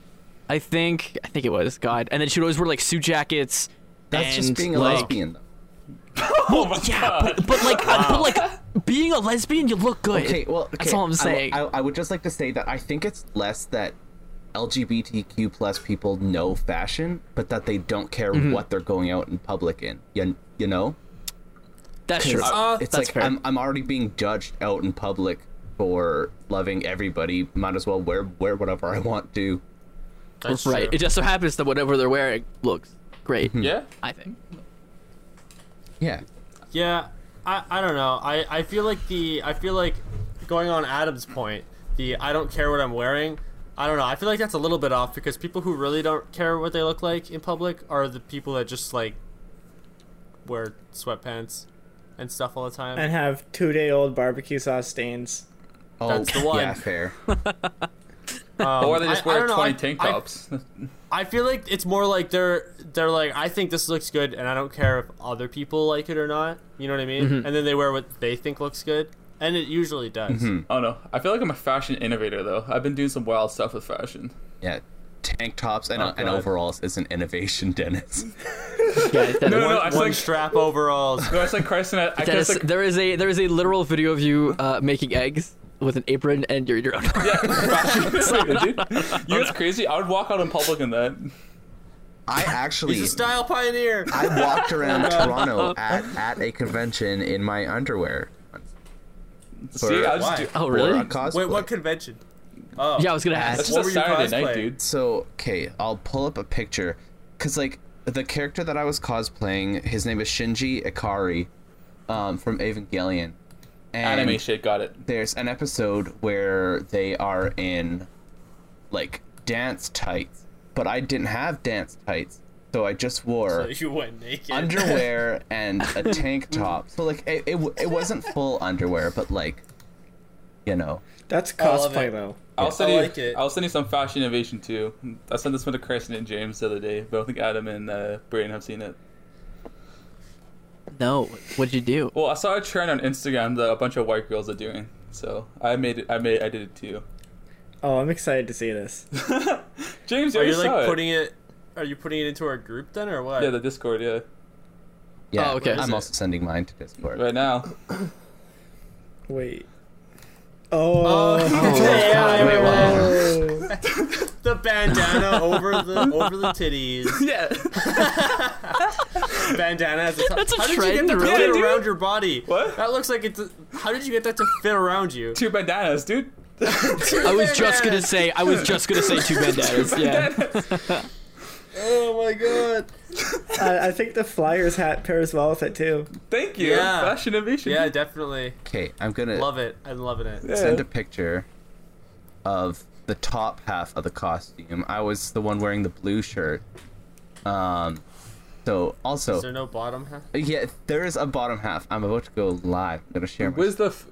Speaker 2: I think. I think it was. God, and then she'd always wear like suit jackets.
Speaker 4: That's just
Speaker 2: and,
Speaker 4: being a
Speaker 2: like-
Speaker 4: lesbian, though.
Speaker 3: Oh my
Speaker 2: Yeah,
Speaker 3: God.
Speaker 2: but, but
Speaker 3: [laughs]
Speaker 2: like, uh, but like, being a lesbian, you look good. [laughs]
Speaker 4: Okay, well, okay,
Speaker 2: that's all I'm
Speaker 4: I-
Speaker 2: saying.
Speaker 4: I, I would just like to say that I think it's less that LGBTQ plus people know fashion, but that they don't care
Speaker 2: Mm-hmm.
Speaker 4: what they're going out in public in. You, you know,
Speaker 2: that's
Speaker 4: 'Cause
Speaker 2: true.
Speaker 5: Uh,
Speaker 4: it's
Speaker 2: that's
Speaker 4: like
Speaker 2: fair.
Speaker 4: I'm I'm already being judged out in public for loving everybody. Might as well wear wear whatever I want to.
Speaker 5: That's
Speaker 2: right.
Speaker 5: true.
Speaker 2: It just so happens that whatever they're wearing looks great.
Speaker 3: Yeah.
Speaker 2: I think.
Speaker 4: Yeah,
Speaker 5: Yeah, I, I don't know. I, I feel like the I feel like going on Adam's point, the I don't care what I'm wearing. I don't know. I feel like that's a little bit off because people who really don't care what they look like in public are the people that just like wear sweatpants and stuff all the time.
Speaker 1: And have two day old barbecue sauce stains.
Speaker 4: oh,
Speaker 5: That's the one.
Speaker 4: yeah,
Speaker 5: [laughs]
Speaker 4: fair.
Speaker 5: Um,
Speaker 3: Or they just
Speaker 5: I- I
Speaker 3: wear
Speaker 5: don't know,
Speaker 3: 20
Speaker 5: I-
Speaker 3: tank [laughs]
Speaker 5: I-
Speaker 3: tops.
Speaker 5: I feel like it's more like they're they're like I think this looks good and I don't care if other people like it or not. You know what I mean?
Speaker 2: Mm-hmm.
Speaker 5: And then they wear what they think looks good, and it usually does.
Speaker 2: Mm-hmm.
Speaker 3: oh no. I feel like I'm a fashion innovator though. I've been doing some wild stuff with fashion.
Speaker 4: Yeah, tank tops and,
Speaker 5: Oh,
Speaker 4: and
Speaker 5: God.
Speaker 4: overalls is an innovation, [laughs] Dennis.
Speaker 2: [laughs] Yeah, that- [laughs]
Speaker 3: No, no,
Speaker 5: One,
Speaker 3: I
Speaker 5: one
Speaker 3: like-
Speaker 5: strap
Speaker 3: [laughs]
Speaker 5: overalls.
Speaker 3: No, it's like Carson. I, I
Speaker 2: That is,
Speaker 3: guess like,
Speaker 2: there is a there is a literal video of you uh, making eggs with an apron and your [laughs] your own.
Speaker 3: [laughs]
Speaker 5: [laughs]
Speaker 3: Wait, dude. You know what's crazy? I would walk out in public in that.
Speaker 4: I actually
Speaker 5: He's a style pioneer.
Speaker 4: I walked
Speaker 5: [laughs]
Speaker 4: around Toronto at, at a convention in my underwear.
Speaker 3: See, I just
Speaker 5: Why?
Speaker 3: do.
Speaker 2: Oh
Speaker 4: for
Speaker 2: really?
Speaker 4: a cosplay.
Speaker 5: Wait, what convention? Oh,
Speaker 2: Yeah, I was gonna
Speaker 3: That's
Speaker 2: ask.
Speaker 3: just
Speaker 5: What
Speaker 3: a
Speaker 5: were you
Speaker 3: Saturday night,
Speaker 5: cosplaying?
Speaker 3: dude.
Speaker 4: So, okay, I'll pull up a picture. Because, like, the character that I was cosplaying, his name is Shinji Ikari um, from Evangelion. And
Speaker 3: Anime shit, got it.
Speaker 4: there's an episode where they are in, like, dance tights. But I didn't have dance tights. So I just wore
Speaker 5: So you went
Speaker 4: [laughs]
Speaker 5: naked.
Speaker 4: underwear and a tank top. So, like, it, it, w- it wasn't full underwear, but, like, you know.
Speaker 1: That's
Speaker 5: love
Speaker 1: cosplay
Speaker 5: it.
Speaker 1: though.
Speaker 3: I'll send
Speaker 5: I
Speaker 3: you.
Speaker 5: like it.
Speaker 3: I'll send you some fashion innovation too. I sent this one to Carson and James the other day, but I don't think Adam and uh, Brayden have seen it.
Speaker 2: No, what'd you do?
Speaker 3: Well, I saw a trend on Instagram that a bunch of white girls are doing, so I made it. I made. I did it too. [laughs]
Speaker 1: Oh, I'm excited to see this.
Speaker 3: James,
Speaker 5: Are
Speaker 3: already
Speaker 5: you Oh, like
Speaker 3: saw it.
Speaker 5: putting it? Are you putting it into our group then, or what?
Speaker 3: Yeah, the Discord. Yeah,
Speaker 4: Yeah,
Speaker 2: Oh, okay.
Speaker 4: I'm
Speaker 2: Is it-
Speaker 4: also sending mine to Discord.
Speaker 3: right now.
Speaker 1: Wait.
Speaker 3: [laughs]
Speaker 1: Oh.
Speaker 5: Oh,
Speaker 2: God,
Speaker 5: yeah,
Speaker 2: wait,
Speaker 5: yeah,
Speaker 2: wow.
Speaker 1: Oh.
Speaker 5: the bandana over the over the titties.
Speaker 3: [laughs] yeah.
Speaker 5: [laughs] Bandana as a top.
Speaker 2: That's a
Speaker 5: How did you
Speaker 2: trend,
Speaker 5: get that
Speaker 2: really,
Speaker 5: to fit
Speaker 3: dude?
Speaker 5: around your body?
Speaker 3: What?
Speaker 5: That looks like it's. a- How did you get that to fit
Speaker 3: [laughs]
Speaker 5: around you?
Speaker 3: Two bandanas, dude.
Speaker 2: I was just gonna say I was just gonna say two [laughs] bandanas. Yeah.
Speaker 5: Oh my god.
Speaker 1: I, I think the Flyers hat pairs well with it too.
Speaker 3: [laughs] Thank you.
Speaker 5: Yeah.
Speaker 3: Fashion innovation.
Speaker 5: Yeah, definitely.
Speaker 4: Okay, I'm gonna
Speaker 5: Love it. I'm loving it.
Speaker 3: Yeah.
Speaker 4: send a picture of the top half of the costume. I was the one wearing the blue shirt. Um, so also,
Speaker 5: Is there no bottom half?
Speaker 4: yeah, there is a bottom half. I'm about to go live. I'm gonna share. My,
Speaker 3: Where's the? F-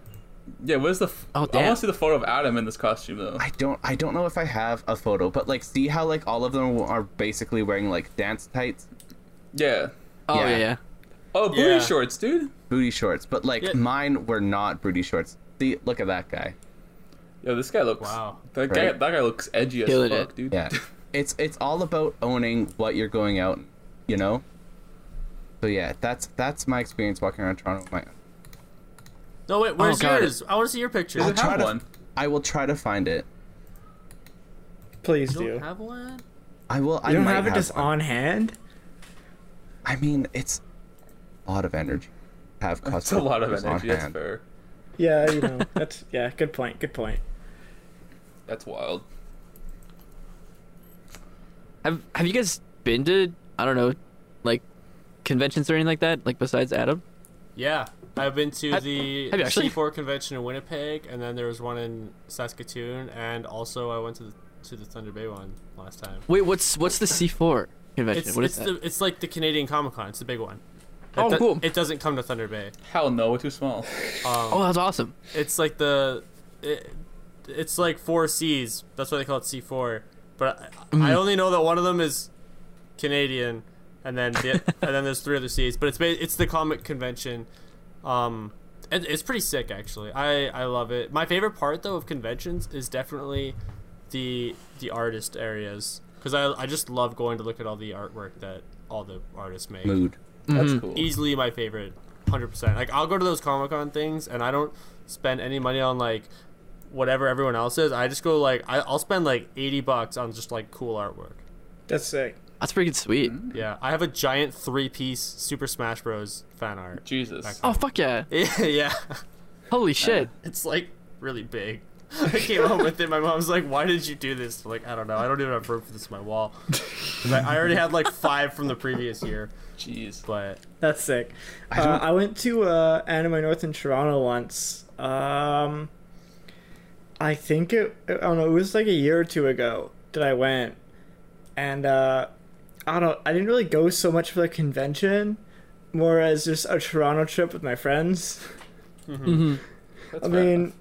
Speaker 3: yeah, where's the? F-
Speaker 2: Oh,
Speaker 3: I
Speaker 2: damn.
Speaker 3: want to see the photo of Adam in this costume though.
Speaker 4: I don't. I don't know if I have a photo, but like, see how like all of them are basically wearing like dance tights,
Speaker 3: Yeah.
Speaker 2: Oh yeah.
Speaker 4: Yeah.
Speaker 2: yeah.
Speaker 3: Oh, booty
Speaker 5: Yeah.
Speaker 3: shorts, dude.
Speaker 4: booty shorts, but like
Speaker 5: Yeah.
Speaker 4: mine were not booty shorts. See, look at that guy.
Speaker 3: Yo, this guy looks.
Speaker 5: Wow.
Speaker 3: That guy.
Speaker 4: Right?
Speaker 3: That guy looks edgy as
Speaker 2: Killing
Speaker 3: fuck,
Speaker 2: it.
Speaker 3: dude. [laughs]
Speaker 4: Yeah, it's it's all about owning what you're going out, in, you know. So yeah, that's that's my experience walking around Toronto. With my
Speaker 5: No wait, where's
Speaker 2: God.
Speaker 5: yours? I want to see your picture.
Speaker 3: Does
Speaker 4: I'll
Speaker 3: it have
Speaker 4: try to-
Speaker 3: one?
Speaker 4: I will try to find it.
Speaker 1: Please
Speaker 5: You
Speaker 1: do.
Speaker 5: don't have one.
Speaker 4: I will. I
Speaker 1: You don't
Speaker 4: might
Speaker 1: have it just
Speaker 4: one.
Speaker 1: on hand?
Speaker 4: I mean, it's a lot of energy. to Have
Speaker 3: It's a lot of
Speaker 4: customers on
Speaker 3: energy. That's
Speaker 4: hand.
Speaker 3: fair.
Speaker 1: Yeah, you know. That's yeah, good point. Good point.
Speaker 3: That's wild.
Speaker 2: Have Have you guys been to I don't know, like conventions or anything like that? Like besides Adam?
Speaker 5: Yeah, I've been to
Speaker 2: Have-
Speaker 5: the
Speaker 2: have you actually?
Speaker 5: C4 convention in Winnipeg, and then there was one in Saskatoon, and also I went to the to the Thunder Bay one last time.
Speaker 2: Wait, what's what's the C4 convention?
Speaker 5: It's
Speaker 2: what
Speaker 5: it's
Speaker 2: is that?
Speaker 5: the, it's like the Canadian Comic Con. It's the big one. It
Speaker 2: Oh,
Speaker 5: do-
Speaker 2: cool.
Speaker 5: It doesn't come to Thunder Bay. Um,
Speaker 3: Hell no, we're too small.
Speaker 2: oh, that's awesome.
Speaker 5: It's like the, it, it's like four C's. That's why they call it C4. But I, I only know that one of them is Canadian, and then the, and then there's three other C's. But it's ba- it's the comic convention. Um, and it's pretty sick actually. I I love it. My favorite part though of conventions is definitely the the artist areas because I I just love going to look at all the artwork that all the artists make
Speaker 4: Mood.
Speaker 3: That's cool.
Speaker 5: easily my favorite 100% like i'll go to those comic-con things and i don't spend any money on like whatever everyone else is i just go like I, i'll spend like 80 bucks on just like cool artwork
Speaker 1: That's sick.
Speaker 2: That's freaking sweet.
Speaker 5: yeah i have a giant three-piece super smash bros fan art
Speaker 3: Jesus.
Speaker 2: Oh fuck yeah!
Speaker 5: [laughs] yeah
Speaker 2: Holy shit!
Speaker 5: it's like really big [laughs] I came home with it. My mom's like, "Why did you do this?" I'm like, I don't know. I don't even have room for this on my wall. 'Cause I, I already had like five from the previous year,
Speaker 3: Jeez.
Speaker 5: but
Speaker 1: That's sick. I, uh, I went to uh, Anime North in Toronto once. Um, I think it. I don't know. It was like a year or two ago that I went, and uh, I don't. know, I didn't really go so much for the convention, more as just a Toronto trip with my friends.
Speaker 3: That's
Speaker 1: I
Speaker 3: fair [laughs]
Speaker 1: mean,
Speaker 3: enough.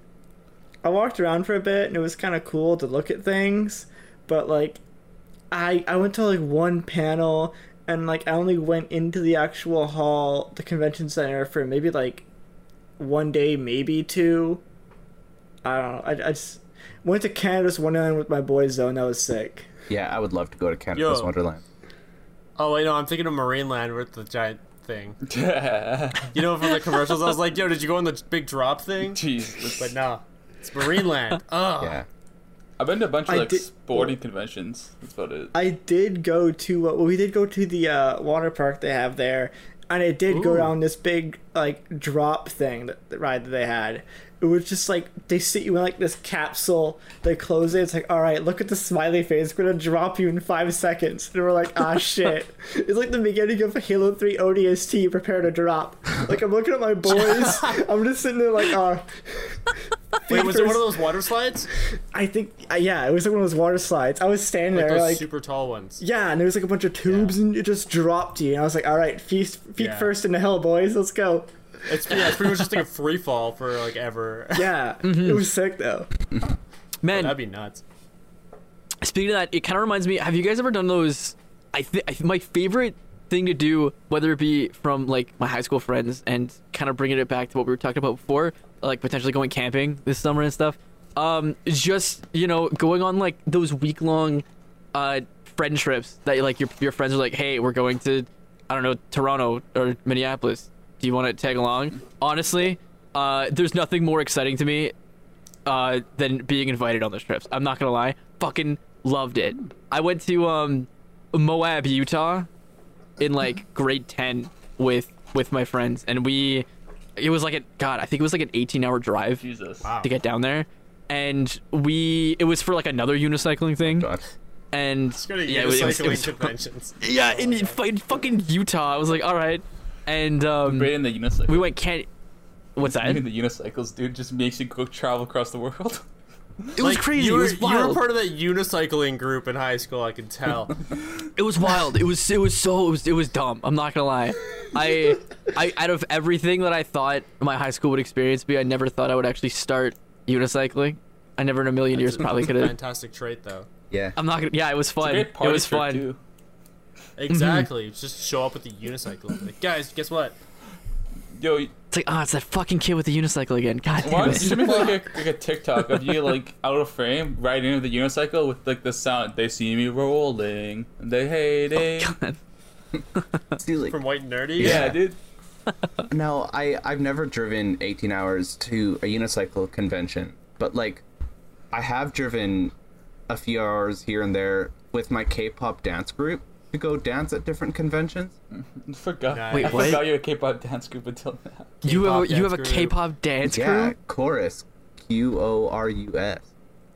Speaker 1: I walked around for a bit and it was kind of cool to look at things, but like, I I went to like one panel and like I only went into the actual hall, the convention center for maybe like one day, maybe two. I don't know. I, I just went to Canada's Wonderland with my boys though, and that was sick.
Speaker 4: Yeah, I would love to go to Canada's
Speaker 5: Yo.
Speaker 4: Wonderland.
Speaker 5: oh wait, no, I'm thinking of Marineland with the giant thing. You know, from the commercials, I was like, "Yo, did you go on the big
Speaker 3: [laughs]
Speaker 5: drop thing?"
Speaker 3: Jeez. that's-
Speaker 5: But nah, it's Marineland. Ugh.
Speaker 4: Yeah.
Speaker 3: I've been to a bunch of
Speaker 1: I
Speaker 3: like
Speaker 1: did-
Speaker 3: sporting conventions. That's about it.
Speaker 1: I did go to uh, well, we did go to the uh, water park they have there, and it did go
Speaker 5: Ooh.
Speaker 1: down this big like drop thing that the ride that they had. It was just like they sit you in like this capsule, they close it. It's like, all right, look at the smiley face. We're gonna drop you in five seconds. And we're like,
Speaker 5: [laughs]
Speaker 1: ah, shit. It's like the beginning of Halo Three ODST. Prepare to drop. Like I'm looking at my boys.
Speaker 5: [laughs]
Speaker 1: I'm just sitting there like, ah.
Speaker 5: Wait, was it one of those water slides?
Speaker 1: I think, uh, yeah, it was like one of those water slides. I was standing
Speaker 5: Like
Speaker 1: there,
Speaker 5: those
Speaker 1: like,
Speaker 5: super tall ones.
Speaker 1: yeah, and there was like a bunch of tubes, and it just dropped you. And I was like, "All right, feast, feet
Speaker 5: Yeah.
Speaker 1: first into hell, boys. Let's go."
Speaker 5: It's yeah, it's pretty much just like a free fall for like ever. [laughs]
Speaker 1: Yeah, it was sick though.
Speaker 2: Man,
Speaker 5: That'd be nuts.
Speaker 2: Speaking of that, it kind of reminds me. Have you guys ever done those? I think my favorite thing to do, whether it be from like my high school friends and kind of bringing it back to what we were talking about before, like potentially going camping this summer and stuff. Um, is just you know, going on like those week long, uh, friend trips that like your your friends are like, hey, we're going to, I don't know, Toronto or Minneapolis. Do you want to tag along? Honestly, uh, there's nothing more exciting to me uh, than being invited on those trips. I'm not gonna lie, fucking loved it. I went to um, Moab, Utah, in like grade ten with with my friends, and we, it was like a God, I think it was like an 18 hour drive
Speaker 3: Jesus.
Speaker 5: Wow.
Speaker 2: to get down there, and we it was for like another unicycling thing,
Speaker 4: God.
Speaker 2: and
Speaker 5: It's gonna
Speaker 2: yeah,
Speaker 5: yeah,
Speaker 2: it was, it was- [laughs] it was-
Speaker 5: conventions.
Speaker 2: yeah, in, in fi- fucking Utah. I was like, all right, and um,
Speaker 3: Braden the unicycle.
Speaker 2: we went can. What's that?
Speaker 3: Even the unicycles, dude, just makes you go travel across the world. [laughs]
Speaker 2: It was crazy.
Speaker 5: You
Speaker 2: it
Speaker 5: were,
Speaker 2: was
Speaker 5: you were
Speaker 2: wild.
Speaker 5: part of that unicycling group in high school. I
Speaker 2: [laughs]
Speaker 5: can tell.
Speaker 2: It was wild. It was it was so it was it was dumb. I'm not gonna lie. I I out of everything that I thought my high school would experience be, I never thought I would actually start unicycling. I never in a million years
Speaker 3: [laughs]
Speaker 2: probably could have.
Speaker 5: Fantastic trait though.
Speaker 4: Yeah.
Speaker 2: I'm not gonna. Yeah, it was fun.
Speaker 3: Great
Speaker 2: It
Speaker 3: party
Speaker 2: was
Speaker 3: trick,
Speaker 2: fun.
Speaker 3: too.
Speaker 5: Exactly.
Speaker 2: Mm-hmm.
Speaker 5: Just show up with the unicycle. Like, guys, guess what?
Speaker 3: Yo, you-
Speaker 2: It's like, ah, it's that fucking kid with the unicycle again. God damn
Speaker 3: why don't you
Speaker 2: it.
Speaker 3: should make like a, like a TikTok of you like out of frame riding with the unicycle with like the sound? They see me rolling, and they hate it.
Speaker 2: God.
Speaker 4: Steely.
Speaker 5: From White and Nerdy.
Speaker 3: yeah, dude.
Speaker 4: No, I I've never driven 18 hours to a unicycle convention, but like I have driven a few hours here and there with my K-pop dance group to go dance at different conventions.
Speaker 3: Forgot.
Speaker 5: Wait,
Speaker 3: I
Speaker 2: what?
Speaker 3: forgot you're a K-pop dance group until now.
Speaker 2: You have a, you
Speaker 5: dance
Speaker 2: have a
Speaker 5: group.
Speaker 2: K-pop dance
Speaker 4: yeah,
Speaker 2: crew.
Speaker 4: chorus, Q O R U S.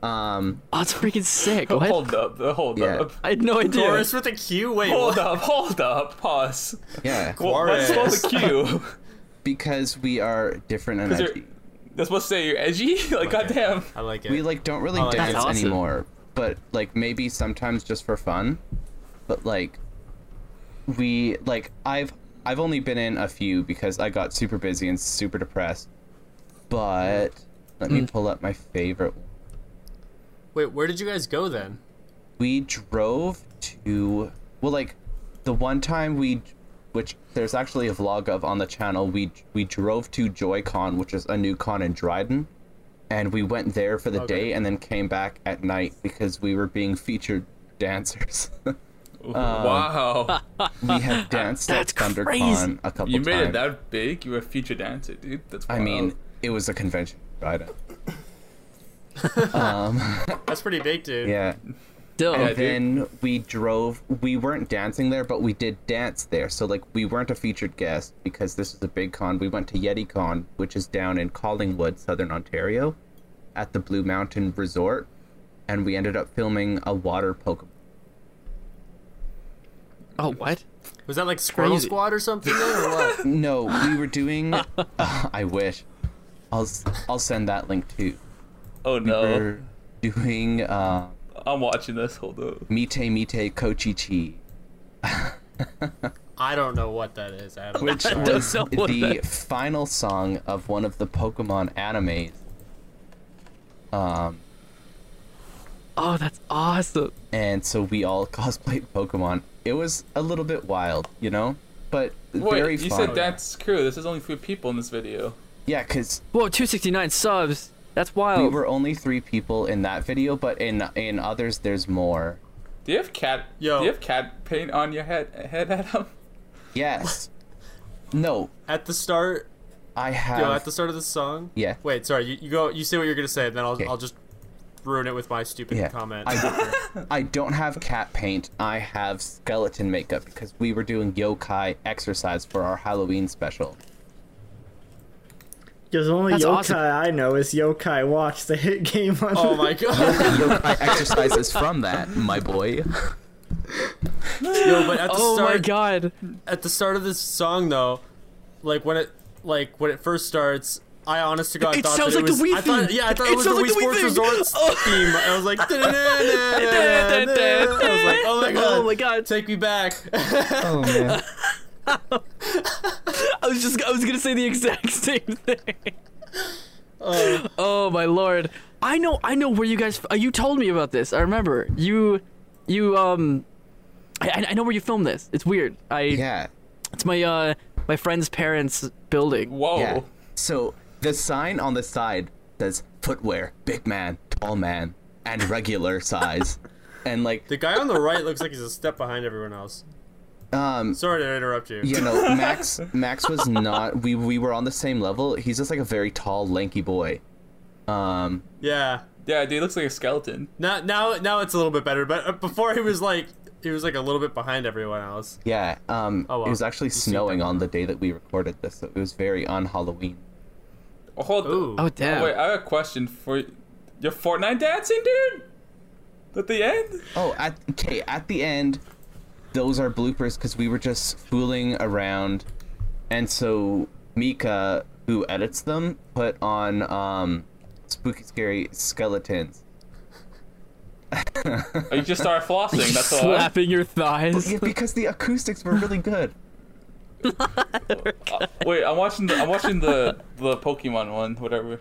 Speaker 4: Um,
Speaker 2: Oh, it's freaking
Speaker 3: [laughs]
Speaker 2: sick. What?
Speaker 3: Hold up, hold
Speaker 4: Yeah.
Speaker 3: up.
Speaker 2: I had no idea.
Speaker 5: Chorus with a Q. Wait,
Speaker 3: Hold
Speaker 5: what?
Speaker 3: up, hold up, pause.
Speaker 4: yeah, [laughs]
Speaker 3: Well, let's spell the Q.
Speaker 4: because we are different and
Speaker 3: 'Cause you're-
Speaker 4: edgy.
Speaker 3: That's what I say you're edgy. [laughs] like,
Speaker 5: Okay.
Speaker 3: goddamn.
Speaker 5: I like it.
Speaker 4: We like don't really
Speaker 5: Oh, that's
Speaker 4: dance
Speaker 2: awesome.
Speaker 4: anymore, but like maybe sometimes just for fun. But like we like I've I've only been in a few because I got super busy and super depressed. But let me pull up my favorite.
Speaker 5: Wait, where did you guys go then?
Speaker 4: We drove to well like the one time we which there's actually a vlog of on the channel we we drove to Joy-Con, which is a new con in Dryden. and we went there for the
Speaker 5: Okay.
Speaker 4: day and then came back at night because we were being featured dancers. [laughs] Um,
Speaker 3: wow.
Speaker 4: we had danced at
Speaker 2: That's
Speaker 4: ThunderCon
Speaker 2: crazy.
Speaker 4: a couple
Speaker 3: You made
Speaker 4: times.
Speaker 3: it that big? You were a feature dancer, dude. That's
Speaker 4: I
Speaker 3: wild.
Speaker 4: mean, it was a convention, right?
Speaker 5: That's pretty big, dude.
Speaker 4: Yeah.
Speaker 2: Dope.
Speaker 4: And
Speaker 3: dude.
Speaker 4: then we drove. We weren't dancing there, but we did dance there. So like, we weren't a featured guest because this was a big con. We went to YetiCon, which is down in Collingwood, Southern Ontario, at the Blue Mountain Resort, and we ended up filming a water Pokemon.
Speaker 2: Oh, what?
Speaker 5: Was that like Squirrel
Speaker 2: Crazy.
Speaker 5: Squad or something then,
Speaker 4: [laughs]
Speaker 5: or what?
Speaker 4: No, we
Speaker 2: [laughs]
Speaker 4: were doing. uh, I wish. I'll s- I'll send that link too.
Speaker 3: oh no.
Speaker 4: We're doing uh,
Speaker 3: I'm watching this. Hold up.
Speaker 4: Mite Mite
Speaker 2: [laughs]
Speaker 4: Kochichi,
Speaker 5: I don't know what that is. Adam.
Speaker 4: which
Speaker 5: Sorry.
Speaker 2: don't
Speaker 4: was
Speaker 2: know what
Speaker 4: the
Speaker 2: that is.
Speaker 4: final song of one of the Pokemon animes. Um,
Speaker 2: Oh, that's awesome.
Speaker 4: and so we all [laughs] cosplayed Pokemon. It was a little bit wild, you know, but
Speaker 3: Wait,
Speaker 4: very
Speaker 3: you
Speaker 4: fun.
Speaker 3: said dance crew. This is only three people in this video.
Speaker 4: Yeah, because
Speaker 2: Whoa, 269 subs. That's wild.
Speaker 4: we were only three people in that video, but in in others there's more.
Speaker 3: Do you have cat?
Speaker 5: Yo.
Speaker 3: Do you have cat paint on your head, head Adam? [laughs]
Speaker 4: Yes. No,
Speaker 5: at the start,
Speaker 4: I have.
Speaker 5: yo, at the start of the song.
Speaker 4: Yeah.
Speaker 5: Wait, sorry. You, you go. You say what you're gonna say, and then I'll,
Speaker 4: Okay.
Speaker 5: I'll just ruin it with my stupid
Speaker 4: Yeah.
Speaker 5: comment.
Speaker 4: I, I don't have cat paint. I have skeleton makeup because we were doing yokai exercise for our Halloween special.
Speaker 1: Because the only
Speaker 2: That's
Speaker 1: yokai
Speaker 2: awesome.
Speaker 1: I know is yokai watch the hit game on
Speaker 5: [laughs] oh my god.
Speaker 4: [laughs] [laughs] Yokai exercises from that, my boy.
Speaker 5: Yo, but at the
Speaker 2: oh
Speaker 5: start,
Speaker 2: my god. [laughs]
Speaker 5: at the start of this song though, like when it like when it first starts, I honest to god
Speaker 2: It
Speaker 5: thought
Speaker 2: sounds like
Speaker 5: that
Speaker 2: the
Speaker 5: it was,
Speaker 2: Wii
Speaker 5: I thought,
Speaker 2: theme.
Speaker 5: yeah, I thought it,
Speaker 2: It
Speaker 5: was the
Speaker 2: sounds
Speaker 5: Wii
Speaker 2: like the Wii
Speaker 5: Sports
Speaker 2: theme. Oh.
Speaker 5: Resorts theme. I
Speaker 2: [laughs]
Speaker 5: was like, [laughs] "Da-da-da-da-da-da-da." I was like, oh my god,
Speaker 2: Oh my god.
Speaker 5: take me back. [laughs]
Speaker 4: Oh man.
Speaker 2: I was just I was gonna say the exact [laughs] same
Speaker 5: [laughs]
Speaker 2: thing. oh my lord! I know I know where you guys. Uh, you told me about this. I remember you, you um, I- I, I know where you filmed this. It's weird. I
Speaker 4: Yeah.
Speaker 2: it's my uh my friend's parents' building.
Speaker 3: Whoa.
Speaker 4: Yeah. So the sign on the side says footwear, big man, tall man, and regular
Speaker 5: [laughs]
Speaker 4: size. and like
Speaker 5: the guy on the right looks like he's a step behind everyone else.
Speaker 4: um
Speaker 5: Sorry to interrupt you.
Speaker 4: you know, Max Max was not we we were on the same level. He's just like a very tall, lanky boy. Um
Speaker 5: Yeah.
Speaker 3: Yeah, dude, looks like a skeleton.
Speaker 5: Now, now, now it's a little bit better. But uh, before he was like, he was like a little bit behind everyone else.
Speaker 4: Yeah, um,
Speaker 5: Oh,
Speaker 4: it
Speaker 5: wow.
Speaker 4: was actually
Speaker 5: You see
Speaker 4: snowing
Speaker 5: that.
Speaker 4: on the day that we recorded this, so it was very on Halloween.
Speaker 3: Oh, hold.
Speaker 5: Ooh.
Speaker 2: Oh damn!
Speaker 3: Wait, I have a question for you. Your Fortnite dancing, dude. At the end.
Speaker 4: Oh, at, okay, at the end, those are bloopers because we were just fooling around, and so Mika, who edits them, put on um, spooky scary skeletons.
Speaker 3: Oh, you just started flossing. That's all.
Speaker 2: Slapping your thighs.
Speaker 4: [laughs] Yeah, because the acoustics were really good.
Speaker 3: Wait, I'm watching. The, I'm watching the the Pokemon one, whatever.